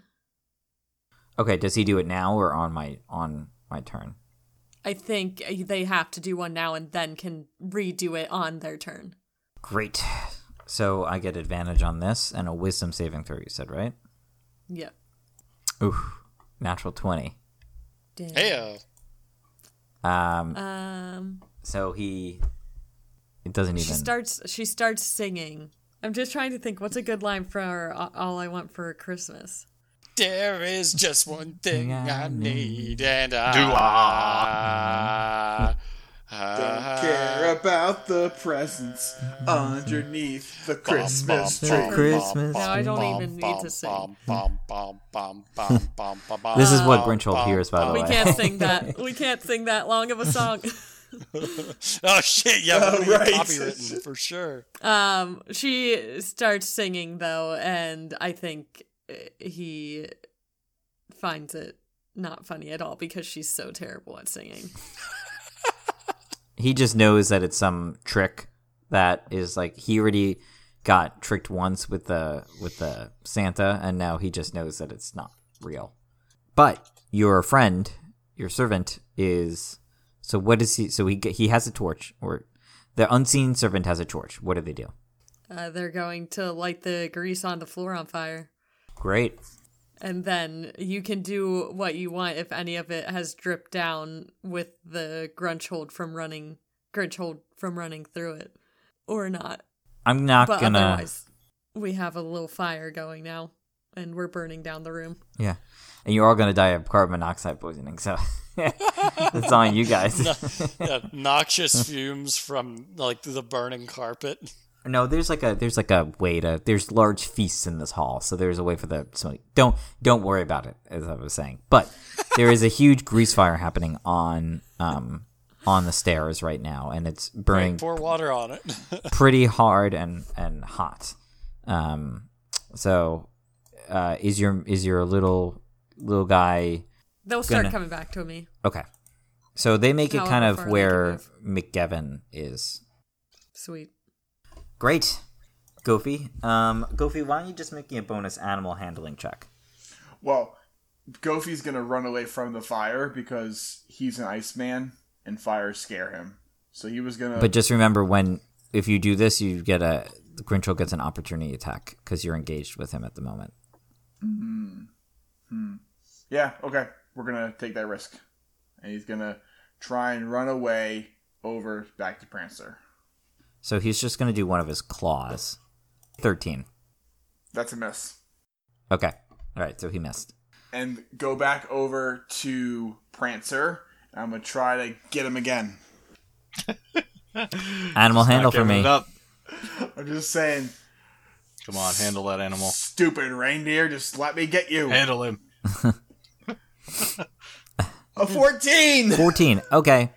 Speaker 1: Okay. Does he do it now or on my on my turn?
Speaker 5: I think they have to do one now and then can redo it on their turn.
Speaker 1: Great. So I get advantage on this and a wisdom saving throw, you said, right?
Speaker 5: Yep.
Speaker 1: Oof. Natural 20.
Speaker 5: Damn.
Speaker 2: Heyo.
Speaker 1: Um,
Speaker 5: Um,
Speaker 1: so he. It doesn't
Speaker 5: she
Speaker 1: even.
Speaker 5: starts. She starts singing. I'm just trying to think. What's a good line for our, all I want for Christmas?
Speaker 2: There is
Speaker 1: [LAUGHS]
Speaker 2: just one thing I
Speaker 1: I
Speaker 2: need, and I
Speaker 3: Do
Speaker 4: [LAUGHS] Don't
Speaker 2: Uh-huh.
Speaker 4: care about the presents underneath the Christmas
Speaker 1: bum, bum.
Speaker 4: tree.
Speaker 1: Christmas.
Speaker 5: No, I don't even need to sing.
Speaker 1: [LAUGHS] This is what Grinchhold hears, by the
Speaker 5: We
Speaker 1: way.
Speaker 2: [LAUGHS]
Speaker 5: can't sing that. We can't sing that long of a song. [LAUGHS]
Speaker 2: Oh shit! Yeah,
Speaker 4: Oh,
Speaker 2: we right.
Speaker 4: right.
Speaker 2: copywritten for sure.
Speaker 5: Um, she starts singing though, and I think uh, he finds it not funny at all because she's so terrible at singing.
Speaker 1: he just knows that it's some trick that is like he already got tricked once with the with the Santa, and now he just knows that it's not real. But your friend, your servant, is so. What is he? So he ge- he has a torch, or the unseen servant has a torch. What do they do?
Speaker 5: Uh, they're going to light the grease on the floor on fire.
Speaker 1: Great.
Speaker 5: And then you can do what you want if any of it has dripped down with the grunch hold from running grunch hold from running through it or not.
Speaker 1: I'm not
Speaker 5: but
Speaker 1: gonna.
Speaker 5: otherwise, we have a little fire going now, and we're burning down the room.
Speaker 1: Yeah. And you're all gonna die of carbon monoxide poisoning, so [LAUGHS] it's on you guys.
Speaker 2: Yeah, noxious fumes from like the burning carpet.
Speaker 1: no, there's like a there's like a way to there's large feasts in this hall, so there's a way for the smoke. Don't don't worry about it, as I was saying. But there is a huge grease fire happening on um on the stairs right now, and it's burning
Speaker 2: Pour water on it. [LAUGHS]
Speaker 1: pretty hard and and hot. Um, so uh, is your is your little little guy
Speaker 5: They'll start
Speaker 1: Gonna-
Speaker 5: coming back to me.
Speaker 1: okay? So they make it
Speaker 5: However
Speaker 1: kind
Speaker 5: far
Speaker 1: of
Speaker 5: they
Speaker 1: where McGavin is.
Speaker 5: Sweet.
Speaker 1: Great, Goofy. Um, Goofy, why don't you just make me a bonus animal handling check?
Speaker 4: Well, Gofi's gonna run away from the fire because he's an Iceman and fires scare him. So he was gonna.
Speaker 1: But just remember when if you do this, you get a Grinchel gets an opportunity attack because you're engaged with him at the moment.
Speaker 4: yeah, okay, we're gonna take that risk, and he's gonna try and run away over back to Prancer.
Speaker 1: So he's just going to do one of his claws. Thirteen.
Speaker 4: That's a miss.
Speaker 1: Okay. All right. So he missed.
Speaker 4: And go back over to Prancer. and I'm gonna try to get him again.
Speaker 1: Animal handle for
Speaker 3: Giving
Speaker 1: me.
Speaker 3: it up.
Speaker 4: I'm just saying,
Speaker 3: Come on, handle that animal.
Speaker 4: stupid reindeer, just let me get you.
Speaker 3: Handle him.
Speaker 4: A 14.
Speaker 1: 14. Okay.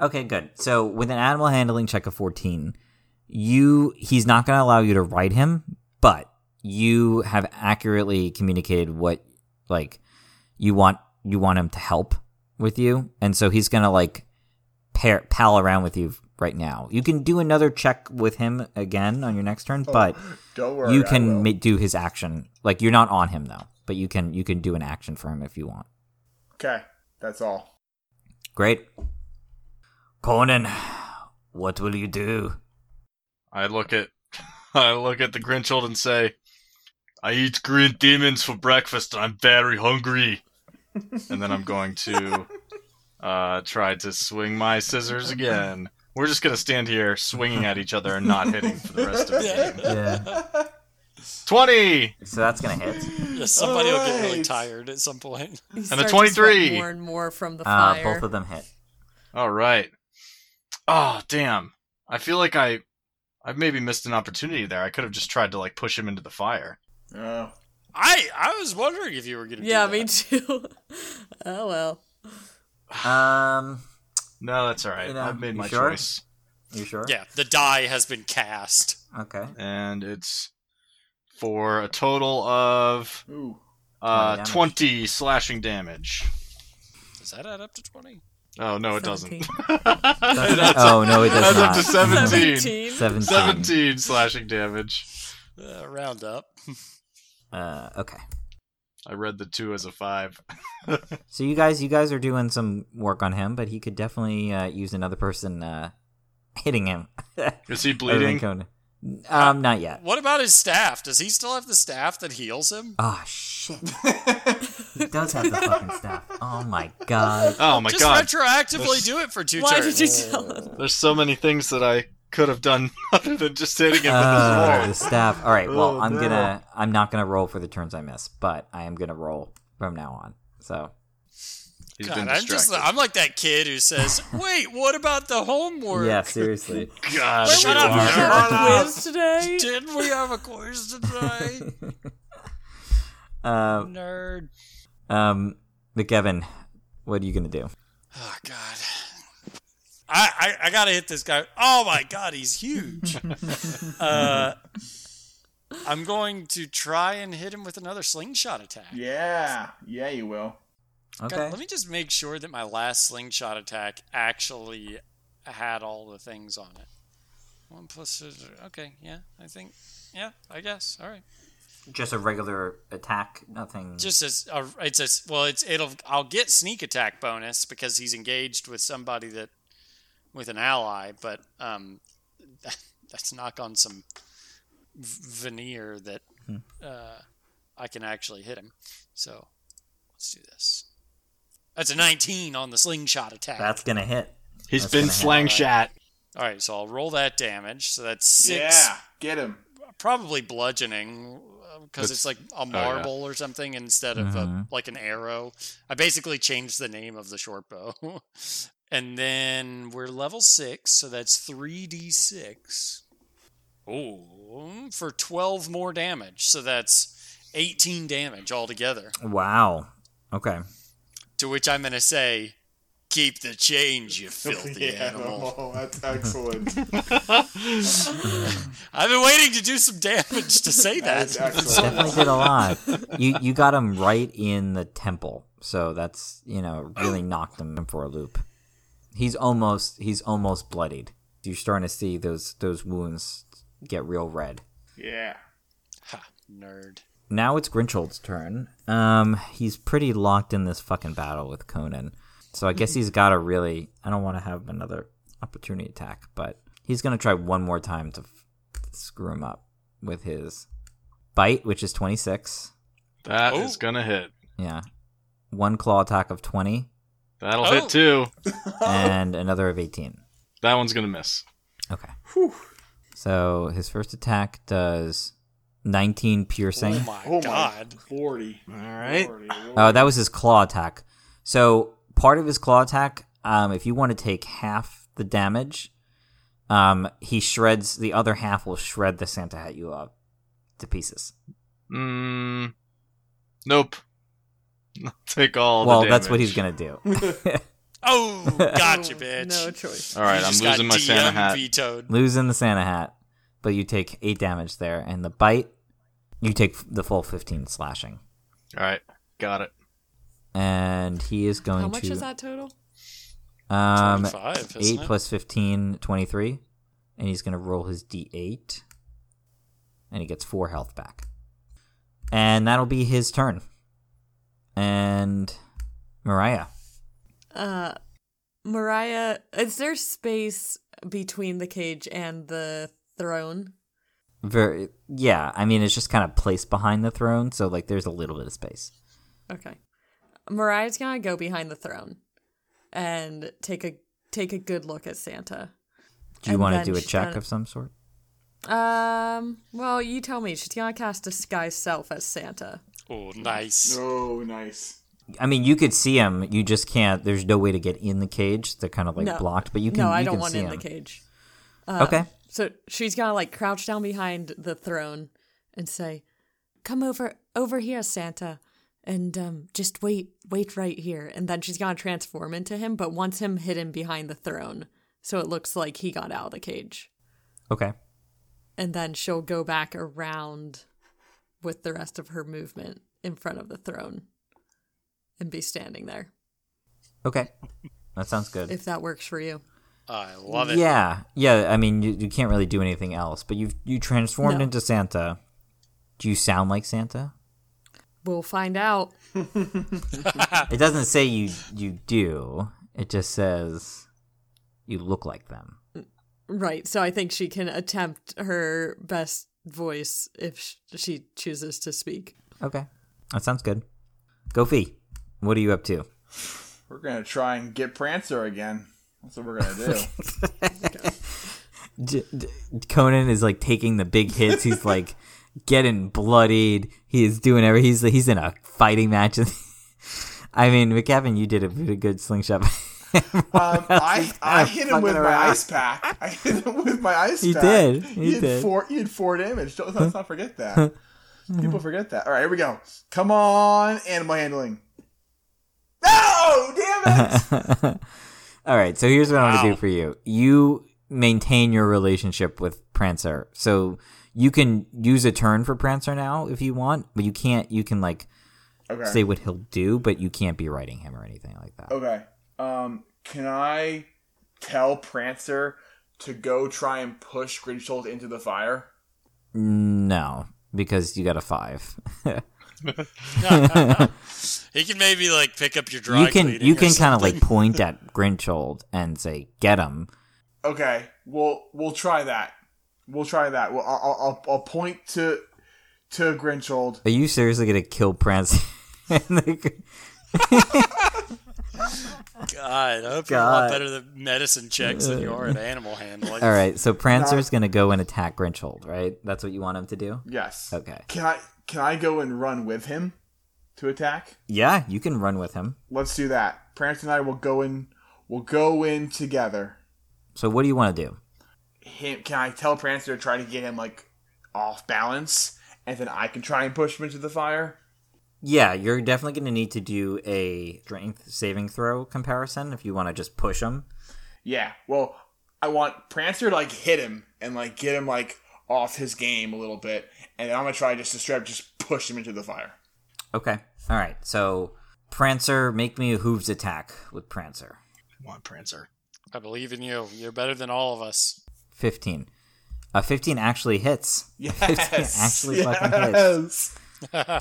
Speaker 1: Okay, good. So with an animal handling check of 14, you he's not going to allow you to ride him, but you have accurately communicated what like you want you want him to help with you, and so he's going to like pair, pal around with you right now. You can do another check with him again on your next turn, but
Speaker 4: Don't worry.
Speaker 1: you
Speaker 4: Oh, I
Speaker 1: can
Speaker 4: will.
Speaker 1: ma- do his action. Like you're not on him though, but you can you can do an action for him if you want.
Speaker 4: Okay, that's all.
Speaker 1: Great. Conan, what will you do?
Speaker 3: I look at [LAUGHS] I look at the Grinchhold and say, I eat green demons for breakfast and I'm very hungry. and then I'm going [LAUGHS] to uh, try to swing my scissors again. We're just gonna stand here swinging at each other and not hitting for the rest of the game.
Speaker 1: Yeah.
Speaker 3: Twenty
Speaker 1: So that's gonna hit.
Speaker 2: Yeah, somebody will get really
Speaker 4: Alright.
Speaker 2: tired at some point.
Speaker 5: You
Speaker 3: And a
Speaker 5: start to
Speaker 3: 23.
Speaker 5: sweat More and more from the
Speaker 1: Uh,
Speaker 5: fire.
Speaker 1: both of them hit.
Speaker 3: Alright. Oh damn. I feel like I I maybe missed an opportunity there. I could have just tried to like push him into the fire.
Speaker 4: Oh,
Speaker 2: I I was wondering if you were gonna.
Speaker 5: yeah,
Speaker 2: do
Speaker 5: me
Speaker 2: that.
Speaker 5: too. [LAUGHS] oh well.
Speaker 1: Um,
Speaker 3: No, that's alright.
Speaker 1: You know,
Speaker 3: I've made
Speaker 1: um, you
Speaker 3: my
Speaker 1: sure?
Speaker 3: choice.
Speaker 1: you sure?
Speaker 2: Yeah, the die has been cast.
Speaker 1: Okay.
Speaker 3: and it's for a total of
Speaker 4: ooh.
Speaker 3: uh,
Speaker 1: 20 damage.
Speaker 3: 20 slashing damage.
Speaker 2: Does that add up to twenty?
Speaker 3: Oh, no, it doesn't.
Speaker 5: 17.
Speaker 3: [LAUGHS]
Speaker 1: oh no, it does
Speaker 3: That's up to
Speaker 1: not.
Speaker 3: 17.
Speaker 5: 17.
Speaker 1: Seventeen.
Speaker 3: 17 slashing damage.
Speaker 2: Uh, round up.
Speaker 1: Uh, okay.
Speaker 3: I read the two as a five.
Speaker 1: So you guys, you guys are doing some work on him, but he could definitely uh, use another person uh, hitting him. [LAUGHS] Other
Speaker 3: Is he
Speaker 1: than
Speaker 3: bleeding?
Speaker 1: Conan. Um, not yet.
Speaker 2: What about his staff? Does he still have the staff that heals him?
Speaker 1: Oh shit. he does have the fucking staff. Oh my god.
Speaker 3: Oh my
Speaker 2: Just
Speaker 3: god.
Speaker 2: retroactively do it for two
Speaker 5: Why
Speaker 2: turns.
Speaker 5: did you tell us?
Speaker 3: There's so many things that I could have done [LAUGHS] other than just [LAUGHS] hitting him
Speaker 1: Uh, the
Speaker 3: with his sword.
Speaker 1: staff. All right. Well,
Speaker 3: Oh,
Speaker 1: I'm
Speaker 3: no.
Speaker 1: gonna. I'm not gonna roll for the turns I miss, but I am gonna roll from now on. So
Speaker 3: He's
Speaker 2: God,
Speaker 3: been
Speaker 2: I'm just uh,
Speaker 3: distracted.
Speaker 2: I'm like that kid who says, "Wait, what about the homework?
Speaker 1: yeah, seriously. [LAUGHS]
Speaker 3: God,
Speaker 2: Shut up,
Speaker 3: you are.
Speaker 2: shut up.
Speaker 5: Quiz today.
Speaker 2: Didn't we have a quiz tonight,
Speaker 1: Uh,
Speaker 2: nerd?"
Speaker 1: um, McKevin, what are you gonna do?
Speaker 2: Oh God, I, I I gotta hit this guy. Oh my God, he's huge. uh, I'm going to try and hit him with another slingshot attack.
Speaker 4: Yeah, yeah, you will.
Speaker 2: God,
Speaker 1: Okay.
Speaker 2: let me just make sure that my last slingshot attack actually had all the things on it. One plus, okay, yeah, I think, yeah, I guess, all right.
Speaker 1: Just a regular attack. Nothing.
Speaker 2: Just as a, it's as well, it's it'll I'll get sneak attack bonus because he's engaged with somebody that with an ally, but um, that's knock on some v- veneer that uh, I can actually hit him. So let's do this. That's a 19 on the slingshot attack.
Speaker 1: That's gonna hit.
Speaker 3: He's
Speaker 1: That's
Speaker 3: been
Speaker 1: gonna hit.
Speaker 3: slang shot.
Speaker 2: All right, so I'll roll that damage. So that's six,
Speaker 4: Yeah, get him.
Speaker 2: probably bludgeoning because it's
Speaker 3: That's-
Speaker 2: like a
Speaker 3: yeah.
Speaker 2: marble or something instead of a,
Speaker 1: Mhm.
Speaker 2: like an arrow. I basically changed the name of the short bow. [LAUGHS] and then we're level six, so that's 3d6. Oh, for 12 more damage. So that's 18 damage altogether.
Speaker 1: Wow. Okay.
Speaker 2: To which I'm going to say, keep the change, [LAUGHS] you filthy animal.
Speaker 4: [LAUGHS] Oh, that's excellent.
Speaker 2: I've been waiting to do some damage to say [LAUGHS] that.
Speaker 1: [LAUGHS]
Speaker 4: that's excellent.
Speaker 1: Definitely did a lot. You you got him right in the temple, so that's you know really knocked him for a loop. He's almost he's almost bloodied. You're starting to see those those wounds get real red.
Speaker 4: Yeah.
Speaker 2: ha, nerd.
Speaker 1: now it's Grinchold's turn. Um, he's pretty locked in this fucking battle with Conan, so I guess he's got to really. I don't want to have another opportunity attack, but he's gonna try one more time to f- screw him up with his bite, which is twenty six.
Speaker 3: That
Speaker 2: Oh.
Speaker 3: is gonna hit.
Speaker 1: Yeah, one claw attack of
Speaker 3: [LAUGHS]
Speaker 1: twenty
Speaker 3: That'll
Speaker 2: Oh.
Speaker 3: hit too.
Speaker 1: and another of eighteen.
Speaker 3: That one's gonna miss.
Speaker 1: Okay. So his first attack does nineteen piercing.
Speaker 2: Oh my
Speaker 4: Oh
Speaker 2: god.
Speaker 4: my. Forty.
Speaker 3: All right.
Speaker 4: Lordy,
Speaker 1: Oh, that was his claw attack. So part of his claw attack, um, if you want to take half the damage, um, he shreds the other half will shred the Santa hat you up to pieces.
Speaker 3: Mm, nope. [LAUGHS] I'll take all.
Speaker 1: well,
Speaker 3: the damage.
Speaker 1: that's what he's gonna do.
Speaker 4: [LAUGHS]
Speaker 2: Oh,
Speaker 1: [LAUGHS]
Speaker 2: gotcha,
Speaker 5: Oh,
Speaker 2: bitch.
Speaker 5: No choice.
Speaker 3: All right,
Speaker 2: You
Speaker 3: I'm
Speaker 2: just
Speaker 3: losing
Speaker 2: got
Speaker 3: my
Speaker 2: DM
Speaker 3: Santa hat.
Speaker 2: Vetoed.
Speaker 1: Losing the Santa hat, but you take eight damage there, and the bite, you take f- the full fifteen slashing,
Speaker 3: All right, got it.
Speaker 1: and he is going
Speaker 5: How much
Speaker 1: to
Speaker 5: is that total?
Speaker 1: um
Speaker 2: 25, isn't
Speaker 1: 8
Speaker 2: it?
Speaker 1: plus 15 23 and he's going to roll his d8 and he gets 4 health back and that'll be his turn and mariah
Speaker 5: Uh, Mariah, is there space between the cage and the throne?
Speaker 1: very yeah i mean it's just kind of placed behind the throne so like there's a little bit of space
Speaker 5: Okay. Mariah's gonna go behind the throne and take a take a good look at Santa.
Speaker 1: do you
Speaker 5: And
Speaker 1: want to
Speaker 5: then
Speaker 1: do a
Speaker 5: she's
Speaker 1: check
Speaker 5: gonna-
Speaker 1: of some sort
Speaker 5: Um. Well, you tell me. She's gonna cast disguise self as Santa.
Speaker 2: Oh, nice.
Speaker 4: Oh, nice.
Speaker 1: i mean you could see him you just can't there's no way to get in the cage they're kind of like
Speaker 5: No.
Speaker 1: blocked but you can
Speaker 5: no,
Speaker 1: you
Speaker 5: I don't
Speaker 1: can
Speaker 5: want
Speaker 1: see
Speaker 5: in
Speaker 1: him.
Speaker 5: the cage.
Speaker 1: okay
Speaker 5: So she's gonna like crouch down behind the throne and say, "Come over, over here, Santa." And um, just wait, wait right here. And then she's gonna transform into him, but wants him hidden behind the throne, so it looks like he got out of the cage. uh,
Speaker 1: okay
Speaker 5: and then she'll go back around with the rest of her movement in front of the throne and be standing there
Speaker 1: okay that sounds good
Speaker 5: if that works for you
Speaker 2: I love it.
Speaker 1: Yeah, yeah. I mean, you, you can't really do anything else. But you you transformed
Speaker 5: No.
Speaker 1: into Santa. Do you sound like Santa?
Speaker 5: we'll find out
Speaker 1: It doesn't say you you do. It just says you look like them.
Speaker 5: right so i think she can attempt her best voice if sh- she chooses to speak
Speaker 1: Okay, that sounds good. Gofi, what are you up to?
Speaker 4: We're gonna try and get Prancer again. That's what we're gonna
Speaker 1: [LAUGHS]
Speaker 4: do.
Speaker 1: D- d- Conan is like taking the big hits.
Speaker 5: [LAUGHS]
Speaker 1: He's like getting bloodied. He is doing every. He's he's in a fighting match. [LAUGHS] I mean, McKevin, you did a pretty good slingshot. [LAUGHS]
Speaker 4: Um, I, I hit him with
Speaker 1: fucking
Speaker 4: my
Speaker 1: around.
Speaker 4: ice pack. I hit him with my ice
Speaker 1: He
Speaker 4: pack.
Speaker 1: did.
Speaker 4: He,
Speaker 1: He
Speaker 4: had
Speaker 1: did.
Speaker 4: Four, he had four damage. Don't, let's not
Speaker 1: [LAUGHS]
Speaker 4: forget that. People forget that. All right, here we go. Come on, animal handling. No,
Speaker 1: [LAUGHS]
Speaker 4: damn it.
Speaker 1: All right, so here's what I want to
Speaker 2: Wow.
Speaker 1: do for you. You maintain your relationship with Prancer. So you can use a turn for Prancer now if you want, but you can't you can like
Speaker 4: Okay.
Speaker 1: say what he'll do, but you can't be writing him or anything like that.
Speaker 4: Okay. Um, can I tell Prancer to go try and push Grinchold into the fire?
Speaker 1: No, because you got a 5.
Speaker 2: [LAUGHS] He can maybe like pick up your dry
Speaker 1: you can
Speaker 2: cleaning
Speaker 1: you
Speaker 2: or
Speaker 1: can kind of
Speaker 2: something.
Speaker 1: like point at Grinchold and say get him.
Speaker 4: Okay, we'll we'll try that. We'll try that. Well, I'll, I'll, I'll point to to Grinchold.
Speaker 1: Are you seriously gonna kill [LAUGHS] Prince? And the-
Speaker 2: God, I hope you're a lot
Speaker 1: God.
Speaker 2: better at medicine checks than you
Speaker 1: [LAUGHS]
Speaker 2: are at animal handling.
Speaker 1: All right, so Prancer's gonna go and attack Grinchhold, right? That's what you want him to do.
Speaker 4: Yes.
Speaker 1: Okay.
Speaker 4: Can I can I go and run with him to attack?
Speaker 1: Yeah, you can run with him.
Speaker 4: Let's do that. Prance and I will go in. We'll go in together.
Speaker 1: So what do you want to do?
Speaker 4: Him? Can I tell Prance to try to get him like off balance, and then I can try and push him into the fire?
Speaker 1: Yeah, you're definitely gonna need to do a strength saving throw comparison if you want to just push him.
Speaker 4: Yeah. Well, I want Prancer to like hit him and like get him like off his game a little bit, and then I'm gonna try just to strap, just push him into the fire.
Speaker 1: Okay. All right. So Prancer, make me a hooves attack with Prancer.
Speaker 3: Come on, Prancer.
Speaker 2: I believe in you. You're better than all of us.
Speaker 1: Fifteen. Uh, fifteen actually hits.
Speaker 4: Yes.
Speaker 1: actually fucking
Speaker 4: yes.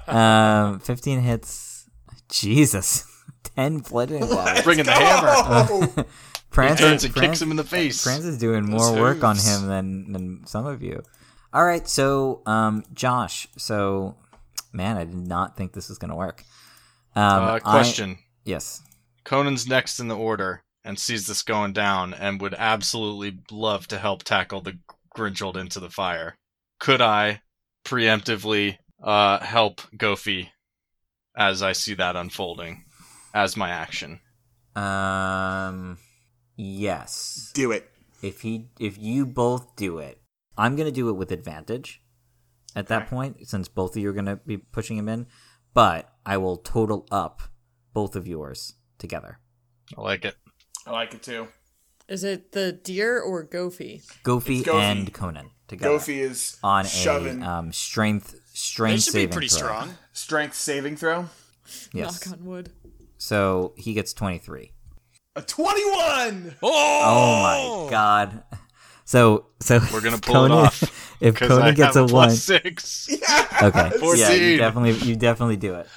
Speaker 1: Um, fifteen hits. Jesus. [LAUGHS] Ten bludgeoning damage.
Speaker 3: Bringing the
Speaker 1: Um,
Speaker 3: hammer. Uh,
Speaker 4: Oh.
Speaker 1: Prancer
Speaker 3: Turns and
Speaker 1: Pran-
Speaker 3: kicks him in the face.
Speaker 1: Francis doing more
Speaker 2: Those
Speaker 1: work on
Speaker 2: hooves.
Speaker 1: him than than some of you. All right, so um, Josh, so man, I did not think this was going to work. Um,
Speaker 3: uh,
Speaker 1: I-
Speaker 3: question.
Speaker 1: yes.
Speaker 3: Conan's next in the order and sees this going down and would absolutely love to help tackle the Grinchold into the fire. Could I preemptively uh, help Gofi as I see that unfolding as my action?
Speaker 1: Um, yes.
Speaker 4: Do it.
Speaker 1: If he, if you both do it, I'm going to do it with advantage. At that point, since both of you are going to be pushing him in, but I will total up both of yours together.
Speaker 3: I like it.
Speaker 4: I like it too.
Speaker 5: Is it the deer or Goofy?
Speaker 1: Goofy,
Speaker 4: Goofy.
Speaker 1: and Conan together
Speaker 4: Gofi is
Speaker 1: on
Speaker 4: shoving
Speaker 1: a um, strength
Speaker 2: They
Speaker 1: strength
Speaker 2: should be
Speaker 1: saving
Speaker 2: pretty
Speaker 1: throw.
Speaker 2: strong.
Speaker 1: [LAUGHS]
Speaker 4: strength saving throw.
Speaker 1: Yes.
Speaker 5: Knock on wood.
Speaker 1: So he gets 23.
Speaker 4: A twenty-one.
Speaker 1: Oh, my god. [LAUGHS] So so
Speaker 3: We're gonna
Speaker 1: if
Speaker 3: pull it
Speaker 1: Conan-
Speaker 3: off
Speaker 1: [LAUGHS] If
Speaker 3: because
Speaker 1: Conan
Speaker 3: I
Speaker 1: gets
Speaker 3: have
Speaker 1: a,
Speaker 3: a
Speaker 1: one,
Speaker 3: plus six.
Speaker 1: [LAUGHS] okay, yeah, you
Speaker 3: 14.
Speaker 1: definitely you definitely do it.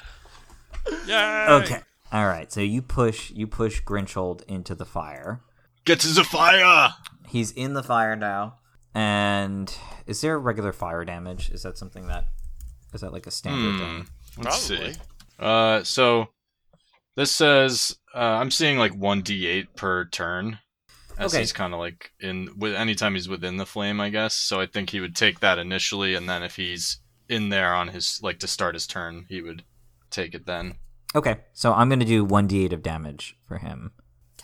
Speaker 2: Yay!
Speaker 1: Okay, all right. So you push you push Grinchhold into the fire.
Speaker 3: Gets his a fire.
Speaker 1: He's in the fire now. And is there regular fire damage? Is that something that is that like a
Speaker 3: Hmm.
Speaker 1: standard thing?
Speaker 3: Let's
Speaker 2: Probably.
Speaker 3: see. Uh, so this says uh, I'm seeing like one d8 per turn. As
Speaker 1: Okay.
Speaker 3: he's kind of like in with anytime he's within the flame, I guess. So I think he would take that initially, and then if he's in there on his like to start his turn, he would take it then.
Speaker 1: Okay, so I'm gonna do one d8 of damage for him.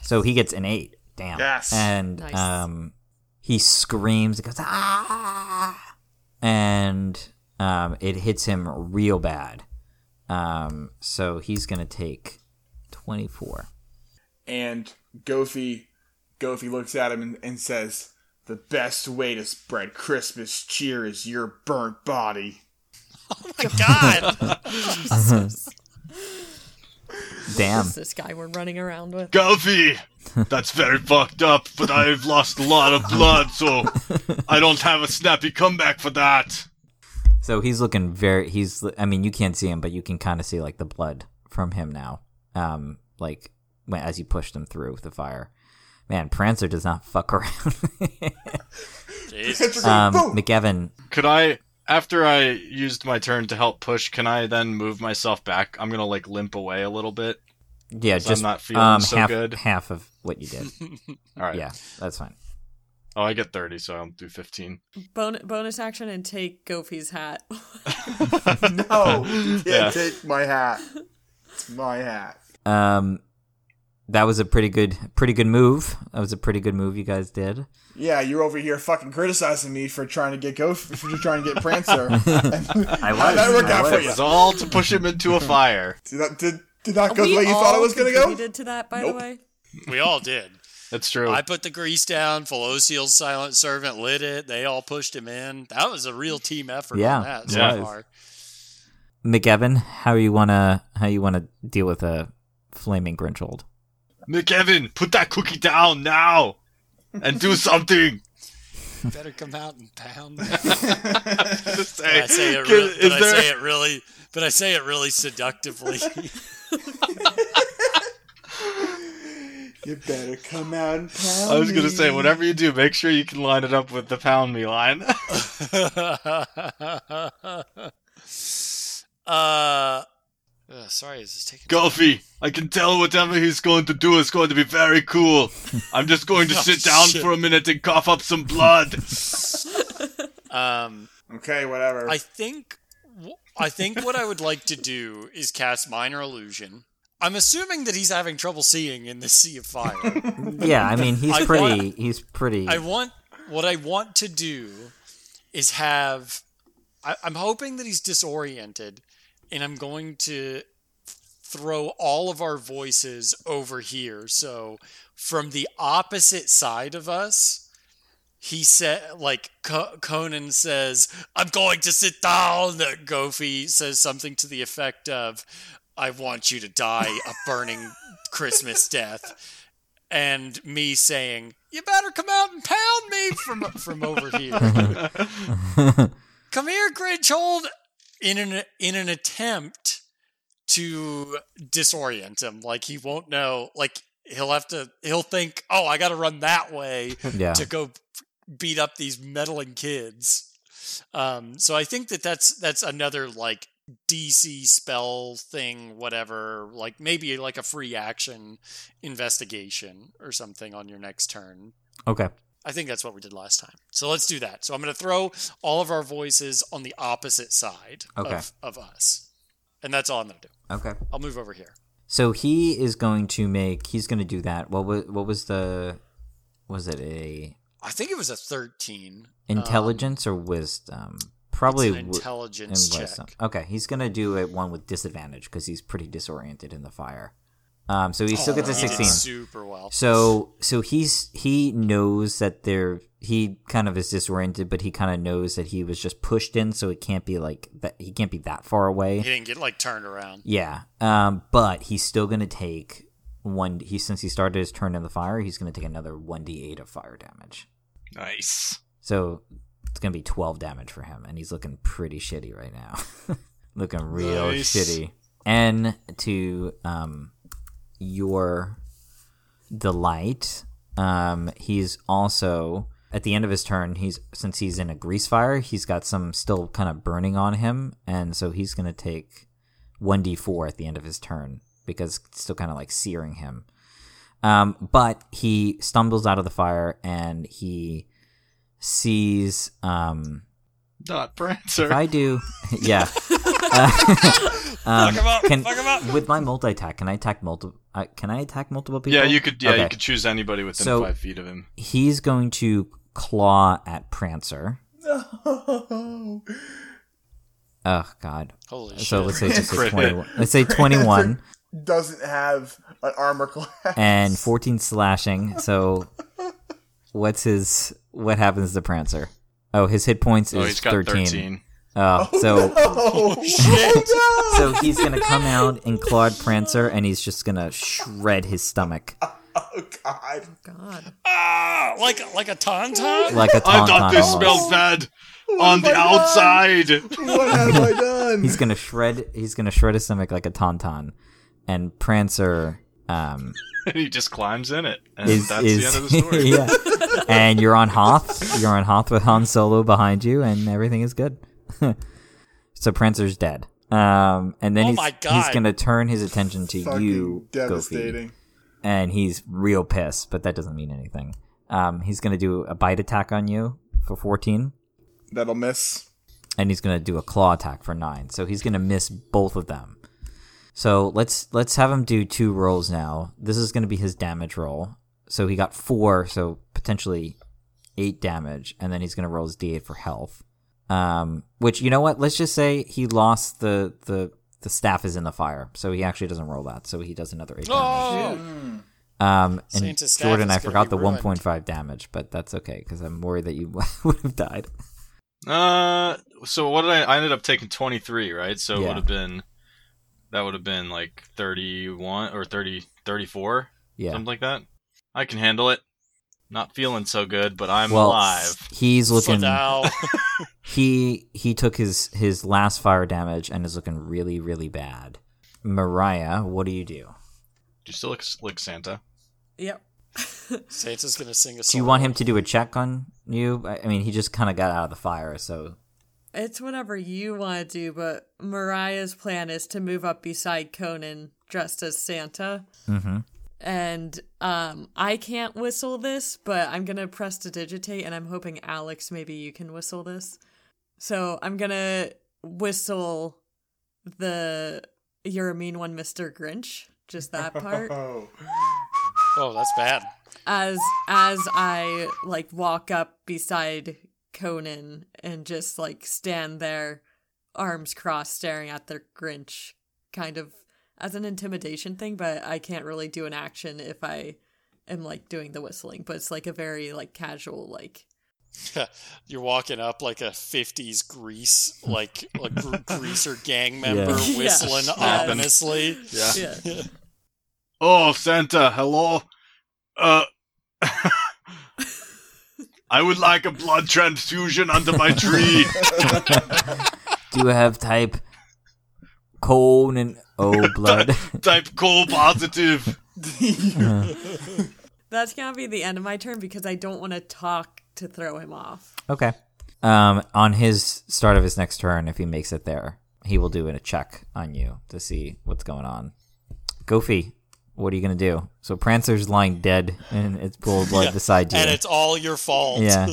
Speaker 1: So he gets an eight. Damn.
Speaker 4: Yes.
Speaker 1: And
Speaker 5: Nice.
Speaker 1: um, he screams. It goes ah, and um, it hits him real bad. Um, so he's gonna take twenty four.
Speaker 4: And Gofi, Gofi looks at him and, and says, "The best way to spread Christmas cheer is your burnt body."
Speaker 2: Oh my
Speaker 1: [LAUGHS]
Speaker 2: god!
Speaker 1: Damn. Um,
Speaker 5: [LAUGHS] It's this guy we're running around with.
Speaker 3: Galvi, that's very fucked up, but I've lost a lot of blood, so I don't have a snappy comeback for that.
Speaker 1: So he's looking very. He's. I mean, you can't see him, but you can kind of see like the blood from him now. Um, like when, as you pushed him through the fire. Man, Prancer does not fuck [LAUGHS] around.
Speaker 2: Jeez.
Speaker 1: um,
Speaker 4: Boom!
Speaker 1: McGavin,
Speaker 3: Could I, after I used my turn to help push, can I then move myself back? I'm gonna like limp away a little bit.
Speaker 1: yeah,
Speaker 3: 'Cause I'm
Speaker 1: just
Speaker 3: not feeling
Speaker 1: um,
Speaker 3: so
Speaker 1: half,
Speaker 3: good.
Speaker 1: half of what you did.
Speaker 3: All [LAUGHS] right.
Speaker 1: yeah, that's fine.
Speaker 3: Oh, I get 30, so I'll do 15.
Speaker 5: Bon- bonus action and take
Speaker 4: [LAUGHS]
Speaker 5: Goofy's hat.
Speaker 1: [LAUGHS]
Speaker 4: No, Oh, you can't
Speaker 3: Yeah.
Speaker 4: take my hat. It's my hat.
Speaker 1: Um, that was a pretty good, pretty good move. That was a pretty good move you guys did.
Speaker 4: Yeah, you're over here fucking criticizing me for trying to get Gofi for trying to get Prancer.
Speaker 1: [LAUGHS] I was.
Speaker 4: that work out for
Speaker 3: It
Speaker 4: you?
Speaker 3: was all to push him into
Speaker 2: [LAUGHS]
Speaker 3: a fire.
Speaker 4: did, that, did, did that go
Speaker 5: We
Speaker 4: the way you thought it
Speaker 5: all
Speaker 4: was going to go?
Speaker 5: contributed to that, by
Speaker 4: Nope.
Speaker 5: the way.
Speaker 2: we all did.
Speaker 3: That's true.
Speaker 2: I put the grease down. Feloseal's silent servant lit it. They all pushed him in. That was a real team effort.
Speaker 1: Yeah,
Speaker 2: on that so
Speaker 3: yeah.
Speaker 2: far.
Speaker 1: McGavin, how you wanna, how you wanna deal with a flaming Grinchold?
Speaker 3: McEvin, put that cookie down now and
Speaker 2: [LAUGHS]
Speaker 3: do something.
Speaker 2: Better come out and [LAUGHS] pound.
Speaker 3: Just
Speaker 2: But
Speaker 3: say,
Speaker 2: I say it.
Speaker 3: Could-
Speaker 2: Re-
Speaker 3: [LAUGHS] is
Speaker 2: but I
Speaker 3: there-
Speaker 2: say it really. But I say it really seductively.
Speaker 4: You better come out and pound
Speaker 3: I was gonna say,
Speaker 4: me.
Speaker 3: whatever you do, make sure you can line it up with the pound me line.
Speaker 2: [LAUGHS]
Speaker 3: [LAUGHS]
Speaker 2: uh, ugh, sorry, this is taking.
Speaker 3: Golfy, I can tell whatever he's going to do is going to be very cool. I'm just going to
Speaker 2: [LAUGHS] Oh,
Speaker 3: sit down
Speaker 2: shit.
Speaker 3: for a minute and cough up
Speaker 2: [LAUGHS]
Speaker 3: some blood.
Speaker 2: Um,
Speaker 4: Okay, whatever.
Speaker 2: I think, w- I think what I would like to do is cast minor illusion. I'm assuming that he's having trouble seeing in the sea of fire.
Speaker 1: yeah, I
Speaker 3: [LAUGHS]
Speaker 1: mean, he's
Speaker 2: I
Speaker 1: pretty.
Speaker 2: want-
Speaker 1: he's pretty.
Speaker 2: I want what I want to do is have. I, I'm hoping that he's disoriented, and I'm going to throw all of our voices over here. So from the opposite side of us, he said, like Co- Conan says, "I'm going to sit down." Gofi says something to the effect of, "I want you to die a burning Christmas death." and me saying, "You better come out and pound me from from over here.
Speaker 3: [LAUGHS]
Speaker 2: come here, Grinchhold." In an in an attempt to disorient him, like he won't know, like he'll have to, he'll think, "Oh, I got to run that way
Speaker 1: [LAUGHS] yeah.
Speaker 2: to go beat up these meddling kids." Um, so I think that that's that's another like DC spell thing, whatever. Like maybe like a free action investigation or something on your next turn.
Speaker 1: Okay.
Speaker 2: I think that's what we did last time. So let's do that. So I'm going to throw all of our voices on the opposite side
Speaker 1: Okay.
Speaker 2: of, of us, and that's all I'm going to do.
Speaker 1: Okay.
Speaker 2: I'll move over here.
Speaker 1: So he is going to make. He's going to do that. What was? What was the? Was it a
Speaker 2: I think it was a 13. Um,
Speaker 1: intelligence or wisdom?
Speaker 2: it's
Speaker 1: Probably
Speaker 2: an
Speaker 1: wi- and
Speaker 2: intelligence check.
Speaker 1: wisdom. Okay, he's gonna do it one with disadvantage because he's pretty disoriented in the fire. Um, so he still
Speaker 2: Oh,
Speaker 1: gets a
Speaker 2: he did
Speaker 1: sixteen.
Speaker 2: Super well.
Speaker 1: So so he's he knows that they're he kind of is disoriented, but he kind of knows that he was just pushed in, so it can't be like that. He can't be that far away.
Speaker 2: He didn't get like turned around.
Speaker 1: Yeah. Um, but he's still gonna take one. He since he started his turn in the fire, he's gonna take another one d eight of fire damage.
Speaker 3: nice.
Speaker 1: So it's gonna be twelve damage for him, and he's looking pretty shitty right now. [LAUGHS] looking real
Speaker 3: Nice.
Speaker 1: shitty. And to um, your delight, um, he's also at the end of his turn. He's since he's in a grease fire, he's got some still kind of burning on him, and so he's gonna take one d four at the end of his turn because it's still kind of like searing him. Um, but he stumbles out of the fire and he sees. Um,
Speaker 3: Not
Speaker 1: if
Speaker 3: Prancer.
Speaker 1: I do, [LAUGHS]
Speaker 3: [LAUGHS]
Speaker 1: yeah. Uh, [LAUGHS]
Speaker 2: Fuck him up.
Speaker 1: Can
Speaker 2: fuck him up.
Speaker 1: with my multi attack? Can I attack multiple? Uh, can I attack multiple people?
Speaker 3: Yeah, you could. Yeah,
Speaker 1: Okay.
Speaker 3: you could choose anybody within
Speaker 1: So-
Speaker 3: five feet of him.
Speaker 1: He's going to claw at Prancer.
Speaker 4: no.
Speaker 1: Oh God!
Speaker 2: Holy
Speaker 1: So
Speaker 2: shit.
Speaker 1: let's say it's
Speaker 3: Crit hit.
Speaker 1: twenty-one. Let's say twenty-one
Speaker 4: [LAUGHS] Doesn't have an armor class.
Speaker 3: [LAUGHS]
Speaker 1: and fourteen slashing. So what's his? What happens to Prancer? Oh, his hit points is
Speaker 3: Oh, he's got
Speaker 1: thirteen.
Speaker 3: thirteen.
Speaker 1: Oh, so [LAUGHS]
Speaker 4: oh,
Speaker 3: Oh,
Speaker 1: so he's gonna come out and claw at Prancer, and he's just gonna shred his stomach
Speaker 4: oh, God.
Speaker 5: God.
Speaker 2: Ah, [LAUGHS] like like a tauntaun.
Speaker 1: like a
Speaker 3: I thought
Speaker 1: tauntaun
Speaker 3: this
Speaker 1: almost.
Speaker 3: smelled bad on
Speaker 4: my
Speaker 3: the
Speaker 4: God.
Speaker 3: outside.
Speaker 4: What have I done?
Speaker 1: He's gonna shred. He's gonna shred his stomach like a tauntaun, and Prancer um,
Speaker 3: [LAUGHS] and he just climbs in it, and
Speaker 1: is
Speaker 3: [LAUGHS] that's
Speaker 1: is
Speaker 3: the end of the story.
Speaker 1: [LAUGHS] yeah. And you're on Hoth. You're on Hoth with Han Solo behind you, and everything is good. [LAUGHS] so Prancer's dead. Um, and then
Speaker 2: Oh
Speaker 1: he's
Speaker 2: my
Speaker 1: he's
Speaker 2: God.
Speaker 1: gonna turn his attention to
Speaker 4: Fucking
Speaker 1: you, Goofy,
Speaker 4: devastating.
Speaker 1: and he's real pissed, but that doesn't mean anything. Um, he's gonna do a bite attack on you for 14,
Speaker 4: That'll miss.
Speaker 1: and he's gonna do a claw attack for nine. So he's gonna miss both of them. So let's let's have him do two rolls now. This is gonna be his damage roll. So he got four, so potentially eight damage, and then he's gonna roll his d8 for health. Um, which you know what? Let's just say he lost the the the staff is in the fire, so he actually doesn't roll that. So he does another eight damage.
Speaker 2: Oh,
Speaker 1: Um, and
Speaker 2: Santa's staff
Speaker 1: Jordan,
Speaker 2: is
Speaker 1: I
Speaker 2: gonna
Speaker 1: forgot
Speaker 2: be
Speaker 1: the
Speaker 2: ruined.
Speaker 1: 1.5 damage, but that's okay because I'm worried that you [LAUGHS] would have died.
Speaker 3: Uh, so what did I? I ended up taking twenty three, right? So it
Speaker 1: Yeah.
Speaker 3: would have been that would have been like thirty one or 30, 34,
Speaker 1: Yeah.
Speaker 3: something like that. I can handle it. Not feeling so good, but I'm
Speaker 1: well,
Speaker 3: alive.
Speaker 1: he's looking. [LAUGHS]
Speaker 2: Fadal.
Speaker 1: he he took his his last fire damage and is looking really really bad. Mariah, what do you do?
Speaker 3: Do you still look, look Santa?
Speaker 5: Yep. [LAUGHS]
Speaker 2: Santa's gonna sing a song.
Speaker 1: Do you want him to do a check on you? I I mean, he just kind of got out of the fire, so
Speaker 5: It's whatever you want to do, but Mariah's plan is to move up beside Conan dressed as Santa.
Speaker 1: Mhm.
Speaker 5: And um, I can't whistle this, but I'm going to press to digitate, and I'm hoping, Alex, maybe you can whistle this. So I'm going to whistle the You're a Mean One, Mr. Grinch, just that part.
Speaker 4: Oh,
Speaker 2: Oh, that's bad.
Speaker 5: as as I like walk up beside Conan and just like stand there, arms crossed, staring at the Grinch, kind of as an intimidation thing. But I can't really do an action if I am like doing the whistling. But it's like a very like casual like
Speaker 2: You're walking up like a '50s grease, like a gr- greaser
Speaker 1: [LAUGHS]
Speaker 2: gang member
Speaker 5: Yeah.
Speaker 2: whistling
Speaker 5: Yeah.
Speaker 2: [LAUGHS] ominously.
Speaker 3: Yeah.
Speaker 5: yeah.
Speaker 1: [LAUGHS]
Speaker 3: Oh, Santa, hello. Uh, [LAUGHS] I would like a blood transfusion under my tree.
Speaker 1: do you have type cone and O blood?
Speaker 3: [LAUGHS]
Speaker 1: [LAUGHS]
Speaker 3: Type coal positive.
Speaker 5: That's gonna be the end of my turn because I don't want to talk to throw him off.
Speaker 1: okay. Um, on his start of his next turn, if he makes it there, he will do a check on you to see what's going on. Goofy, what are you gonna do? So Prancer's lying dead and it's full of
Speaker 2: [LAUGHS]
Speaker 1: blood beside you.
Speaker 2: And it's all your fault. [LAUGHS]
Speaker 1: yeah.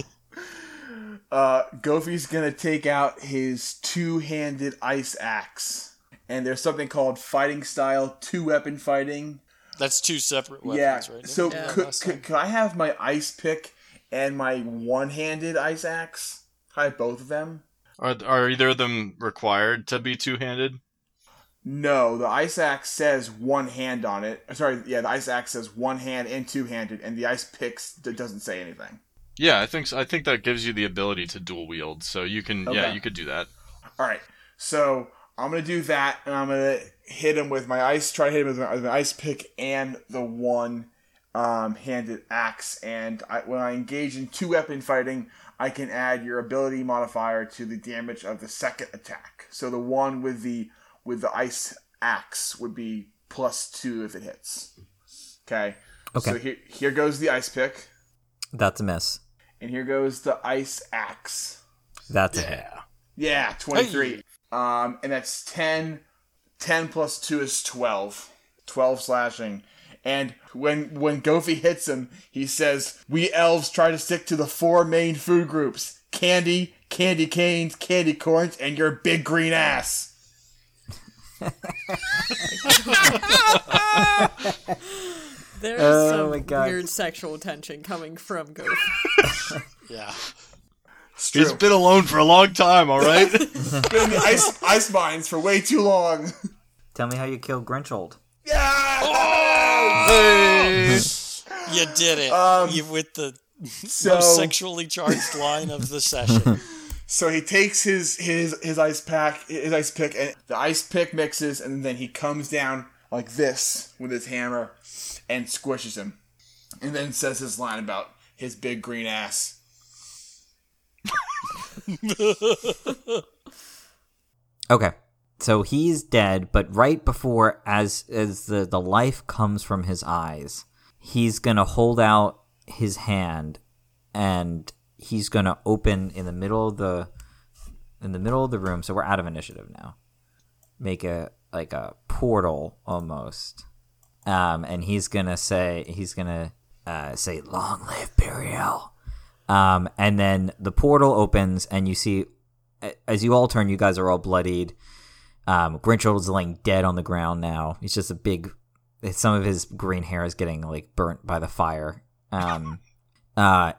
Speaker 4: uh, Gofi's gonna take out his two-handed ice axe, and there's something called fighting style two-weapon fighting.
Speaker 2: That's two separate weapons,
Speaker 4: yeah.
Speaker 2: right?
Speaker 4: So
Speaker 5: Yeah.
Speaker 4: could, could, could I have my ice pick and my one-handed ice axe? Can I have both of them?
Speaker 3: Are, are either of them required to be two handed?
Speaker 4: No, the ice axe says one hand on it. Sorry, yeah, the ice axe says one hand and two-handed, and the ice picks d- doesn't say anything.
Speaker 3: Yeah, I think so. I think that gives you the ability to dual wield, so you can. Yeah,
Speaker 4: Okay.
Speaker 3: you could do that.
Speaker 4: All right, so I'm gonna do that, and I'm gonna hit him with my ice. Try to hit him with my, with my ice pick and the one um, handed axe. And I, when I engage in two weapon fighting, I can add your ability modifier to the damage of the second attack. So the one with the with the ice axe would be plus two if it hits. Okay.
Speaker 1: Okay.
Speaker 4: So here here goes the ice pick,
Speaker 1: That's a miss.
Speaker 4: and here goes the ice axe.
Speaker 1: That's a hit.
Speaker 4: Yeah, 23. Um, and that's 10. 10 plus 2 is 12. 12 slashing. And when when Gofi hits him, he says, "We elves try to stick to the four main food groups: candy, candy canes, candy corns, and your big green ass."
Speaker 5: There's
Speaker 1: Oh my
Speaker 5: some
Speaker 1: God.
Speaker 5: weird sexual tension coming from Goat.
Speaker 2: Yeah.
Speaker 4: It's true.
Speaker 3: He's been alone for a long time, all right?
Speaker 4: [LAUGHS] been in the ice ice mines for way too
Speaker 3: [LAUGHS]
Speaker 4: long.
Speaker 1: Tell me how you killed Grinchold.
Speaker 3: hey!
Speaker 2: You did it.
Speaker 4: Um,
Speaker 2: you with the
Speaker 4: So
Speaker 2: most sexually charged line of
Speaker 1: [LAUGHS]
Speaker 2: the session.
Speaker 4: So he takes his his his ice pack, his ice pick, and the ice pick mixes, and then he comes down like this with his hammer and squishes him, and then says his line about his big green ass.
Speaker 1: Okay. So he's dead, but right before as as the, the life comes from his eyes, he's gonna hold out his hand and he's gonna open in the middle of the in the middle of the room, so we're out of initiative now. Make a like a portal almost. Um, and he's gonna say he's gonna uh, say, Long live Burial. Um, and then the portal opens and you see as you all turn, you guys are all bloodied. Um, Grinchel is laying dead on the ground now. He's just a big. Some of his green hair is getting like burnt by the fire. Um, [LAUGHS] uh,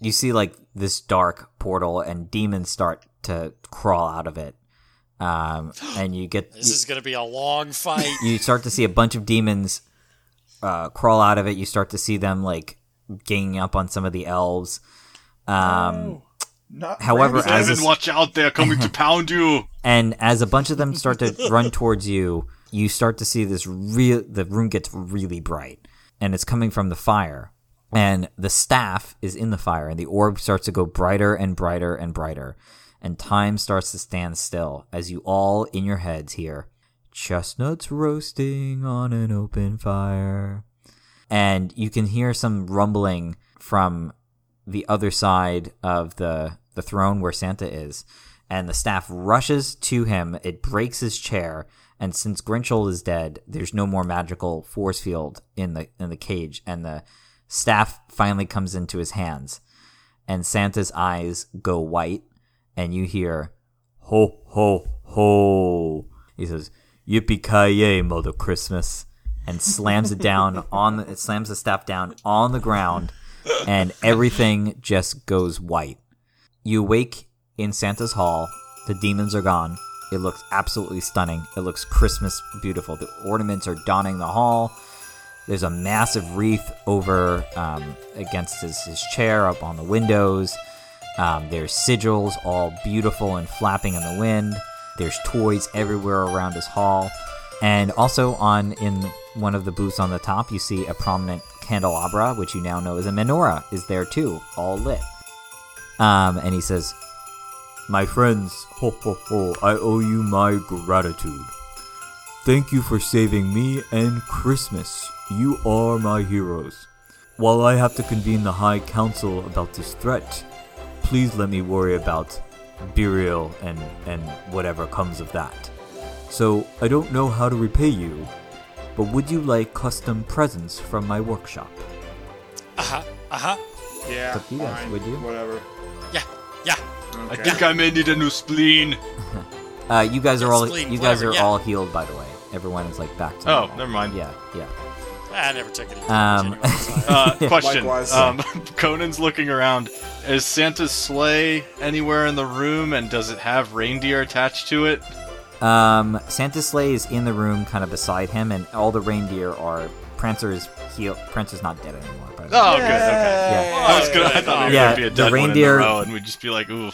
Speaker 1: you see like this dark portal, and demons start to crawl out of it. Um, and you get
Speaker 2: This is going to be a long fight.
Speaker 1: you start to see a bunch of demons uh, crawl out of it. You start to see them like ganging up on some of the elves. Um,
Speaker 4: Oh, Not
Speaker 1: However,
Speaker 4: Ramsay.
Speaker 1: as a
Speaker 3: Evan, watch out! They're
Speaker 1: [LAUGHS]
Speaker 3: coming to pound you.
Speaker 1: And as a bunch of them start to run towards you, you start to see this real the room gets really bright and it's coming from the fire. And the staff is in the fire and the orb starts to go brighter and brighter and brighter. And time starts to stand still as you all in your heads hear chestnuts roasting on an open fire. and you can hear some rumbling from the other side of the the throne where Santa is, and the staff rushes to him. It breaks his chair, and since Grinchel is dead, there's no more magical force field in the in the cage, and the staff finally comes into his hands, and Santa's eyes go white, and you hear, "Ho ho ho!" He says, "Yippee ki yay, Mother Christmas!" and slams it down [LAUGHS] on the, it slams the staff down on the ground and everything just goes white. You wake in Santa's hall. The demons are gone. It looks absolutely stunning. It looks Christmas beautiful. The ornaments are donning the hall. There's a massive wreath over um, against his, his chair up on the windows. Um, there's sigils all beautiful and flapping in the wind. There's toys everywhere around his hall. And also on in one of the booths on the top, you see a prominent candelabra, which you now know is a menorah, is there too, all lit. Um, and he says, "My friends, ho ho ho! I owe you my gratitude. Thank you for saving me and Christmas. You are my heroes. While I have to convene the High Council about this threat, please let me worry about burial and and whatever comes of that." So, I don't know how to repay you, but would you like custom presents from my workshop?
Speaker 2: Uh huh. Uh huh.
Speaker 4: Yeah.
Speaker 1: Fuck you guys,
Speaker 4: fine,
Speaker 1: would you?
Speaker 4: Whatever.
Speaker 2: Yeah. Yeah.
Speaker 3: I
Speaker 4: Okay.
Speaker 3: think I may need a new spleen.
Speaker 1: Uh, you guys are
Speaker 2: That's
Speaker 1: all
Speaker 2: clean,
Speaker 1: you guys
Speaker 2: whatever,
Speaker 1: are
Speaker 2: yeah.
Speaker 1: all healed, by the way. Everyone is like back to
Speaker 3: Oh,
Speaker 1: normal.
Speaker 3: never mind.
Speaker 1: Yeah, yeah.
Speaker 2: I never took it. into
Speaker 1: Um,
Speaker 2: genuine design.
Speaker 4: [LAUGHS]
Speaker 3: Uh, question.
Speaker 4: Likewise.
Speaker 3: Um, [LAUGHS] Conan's looking around. Is Santa's sleigh anywhere in the room, and does it have reindeer attached to it?
Speaker 1: Um, Santa sleigh is in the room, kind of beside him, and all the reindeer are. Prancer is healed. Prancer's not dead anymore. By the way.
Speaker 3: Oh, good. Okay.
Speaker 1: Yeah.
Speaker 3: I was gonna. I thought maybe
Speaker 1: Yeah,
Speaker 3: there'd be a
Speaker 1: the
Speaker 3: dead one in
Speaker 1: reindeer-
Speaker 3: the row, and we'd just be like, "Ooh,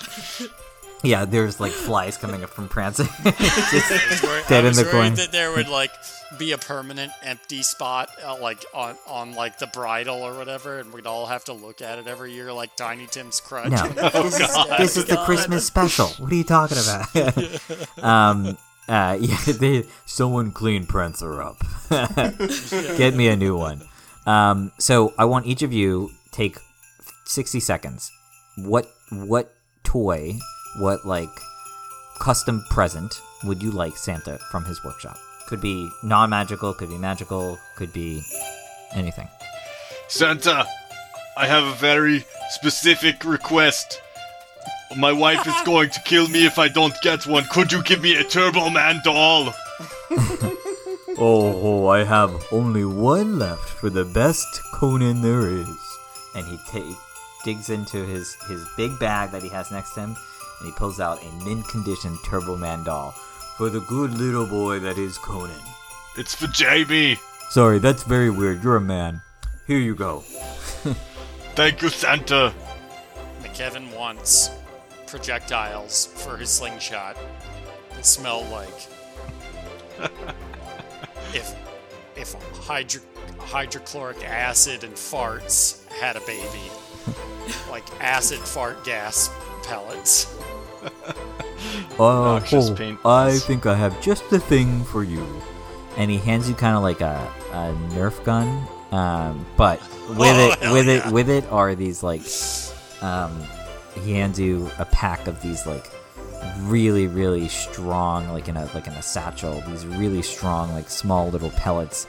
Speaker 1: Yeah, there's like flies coming up from Prancer. [LAUGHS]
Speaker 2: I was worried-
Speaker 1: Dead in
Speaker 2: I was
Speaker 1: the
Speaker 2: worried
Speaker 1: coin.
Speaker 2: That there would like be a permanent empty spot, uh, like on on like the bridle or whatever, and we'd all have to look at it every year, like Tiny Tim's crutch.
Speaker 1: No.
Speaker 5: [LAUGHS] Oh, God.
Speaker 1: this is the Christmas special. What are you talking about? [LAUGHS] um, uh, [LAUGHS] yeah, they, someone clean Prancer up. [LAUGHS] Get me a new one. Um, so I want each of you take sixty seconds. What what toy? What like custom present would you like Santa from his workshop? Could be non magical. Could be magical. Could be anything.
Speaker 3: Santa, I have a very specific request. My wife is going to kill me if I don't get one. Could you give me a Turbo Man doll?
Speaker 1: Oh, I have only one left for the best Conan there is. And he ta- digs into his, his big bag that he has next to him, and he pulls out a mint condition Turbo Man doll for the good little boy that is Conan.
Speaker 3: It's for Jamie.
Speaker 1: Sorry, that's very weird. You're a man. Here you go.
Speaker 3: Thank you, Santa.
Speaker 2: McKevin wants projectiles for his slingshot that smell like
Speaker 1: [LAUGHS]
Speaker 2: if if hydro, hydrochloric acid and farts had a baby, like acid fart gas pellets.
Speaker 1: Oh,
Speaker 3: Noxious
Speaker 1: oh,
Speaker 3: paint.
Speaker 1: I think I have just the thing for you. And he hands you kind of like a, a Nerf gun, um, but with
Speaker 2: Oh,
Speaker 1: it,
Speaker 2: hell
Speaker 1: with
Speaker 2: yeah.
Speaker 1: it, with it are these like, um, he hands you a pack of these like really, really strong, like in a like in a satchel. These really strong, like small little pellets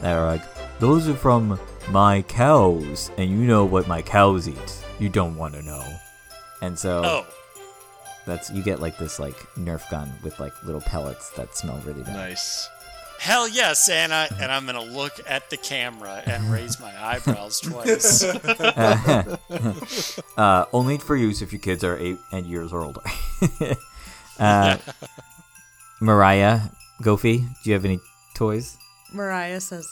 Speaker 1: that are like those are from my cows, and you know what my cows eat. You don't want to know, and so
Speaker 2: Oh,
Speaker 1: that's you get like this like Nerf gun with like little pellets that smell really bad.
Speaker 3: Nice.
Speaker 2: hell yeah, Santa! And I'm gonna look at the camera and raise my eyebrows twice.
Speaker 1: Uh, only for use if your kids are eight and years or older. [LAUGHS] uh, [LAUGHS] Mariah, Goofy, do you have any toys?
Speaker 5: Mariah says,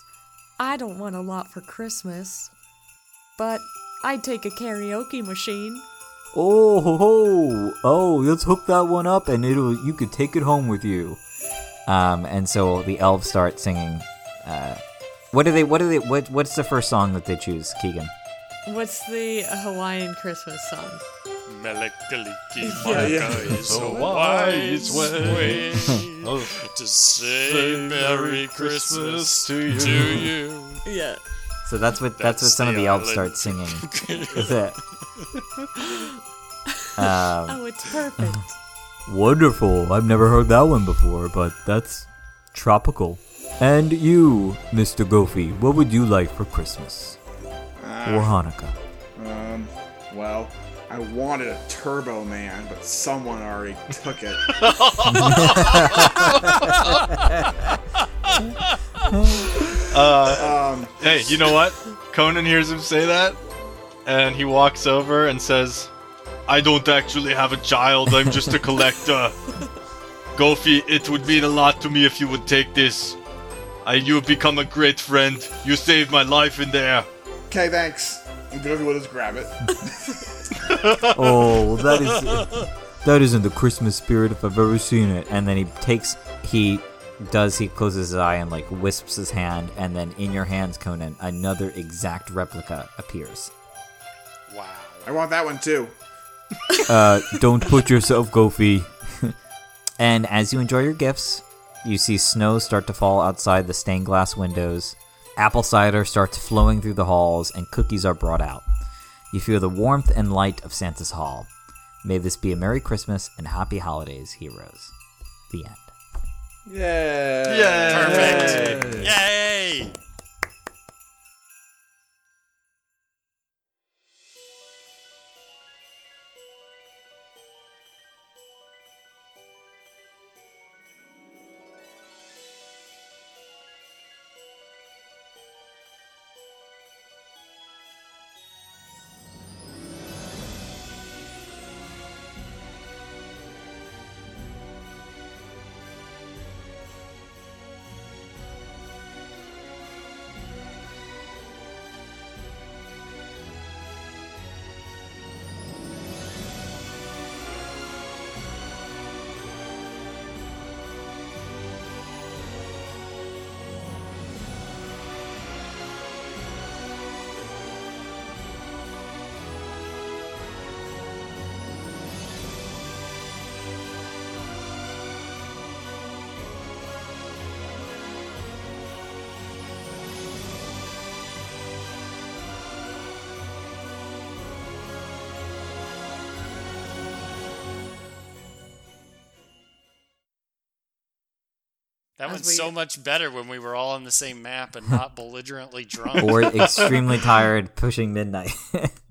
Speaker 5: I don't want a lot for Christmas, but I'd take a karaoke machine.
Speaker 1: Oh ho ho! Oh, let's hook that one up, and it'll you could take it home with you. Um, and so the elves start singing. Uh, what are they? What are they? What, what's the first song that they choose? Keegan.
Speaker 5: What's the Hawaiian Christmas song?
Speaker 2: Melikaliki
Speaker 4: Yeah, yeah.
Speaker 2: Maka is a
Speaker 3: wise
Speaker 2: wise way
Speaker 3: Oh.
Speaker 2: to say Merry Christmas to
Speaker 3: you.
Speaker 2: you.
Speaker 5: Yeah.
Speaker 1: So that's what that's, what
Speaker 2: That's
Speaker 1: some of
Speaker 2: the
Speaker 1: the elves
Speaker 2: island.
Speaker 1: start singing. [LAUGHS] Is it? Um,
Speaker 5: Oh, it's perfect.
Speaker 1: Wonderful. I've never heard that one before, but that's tropical. And you, Mr. Goofy, what would you like for Christmas or
Speaker 4: Ah,
Speaker 1: Hanukkah?
Speaker 4: um, well, I wanted a Turbo Man, but someone already
Speaker 1: [LAUGHS]
Speaker 4: took it. [LAUGHS]
Speaker 1: Uh,
Speaker 4: um,
Speaker 3: Hey, you know what? Conan hears him say that, and he walks over and says, I don't actually have a child, I'm just a collector. Goofy, it would mean a lot to me if you would take this. I, you have become a great friend. You saved my life in there.
Speaker 4: okay, thanks. And Goofy will just grab it.
Speaker 1: Oh, that is that isn't the Christmas spirit if I've ever seen it. And then he takes he does he closes his eye and like wisps his hand, and then in your hands, Conan, another exact replica appears.
Speaker 2: Wow.
Speaker 4: I want that one too.
Speaker 1: Uh, don't put yourself, Goofy. [LAUGHS] and as you enjoy your gifts, you see snow start to fall outside the stained glass windows. Apple cider starts flowing through the halls, and cookies are brought out. You feel the warmth and light of Santa's hall. May this be a Merry Christmas and Happy Holidays, heroes. The end.
Speaker 4: Yeah.
Speaker 2: Perfect. Yay! That
Speaker 5: As
Speaker 2: one's
Speaker 5: we-
Speaker 2: so much better when we were all [LAUGHS] on the same map and not belligerently drunk.
Speaker 1: Or extremely tired, pushing midnight. [LAUGHS]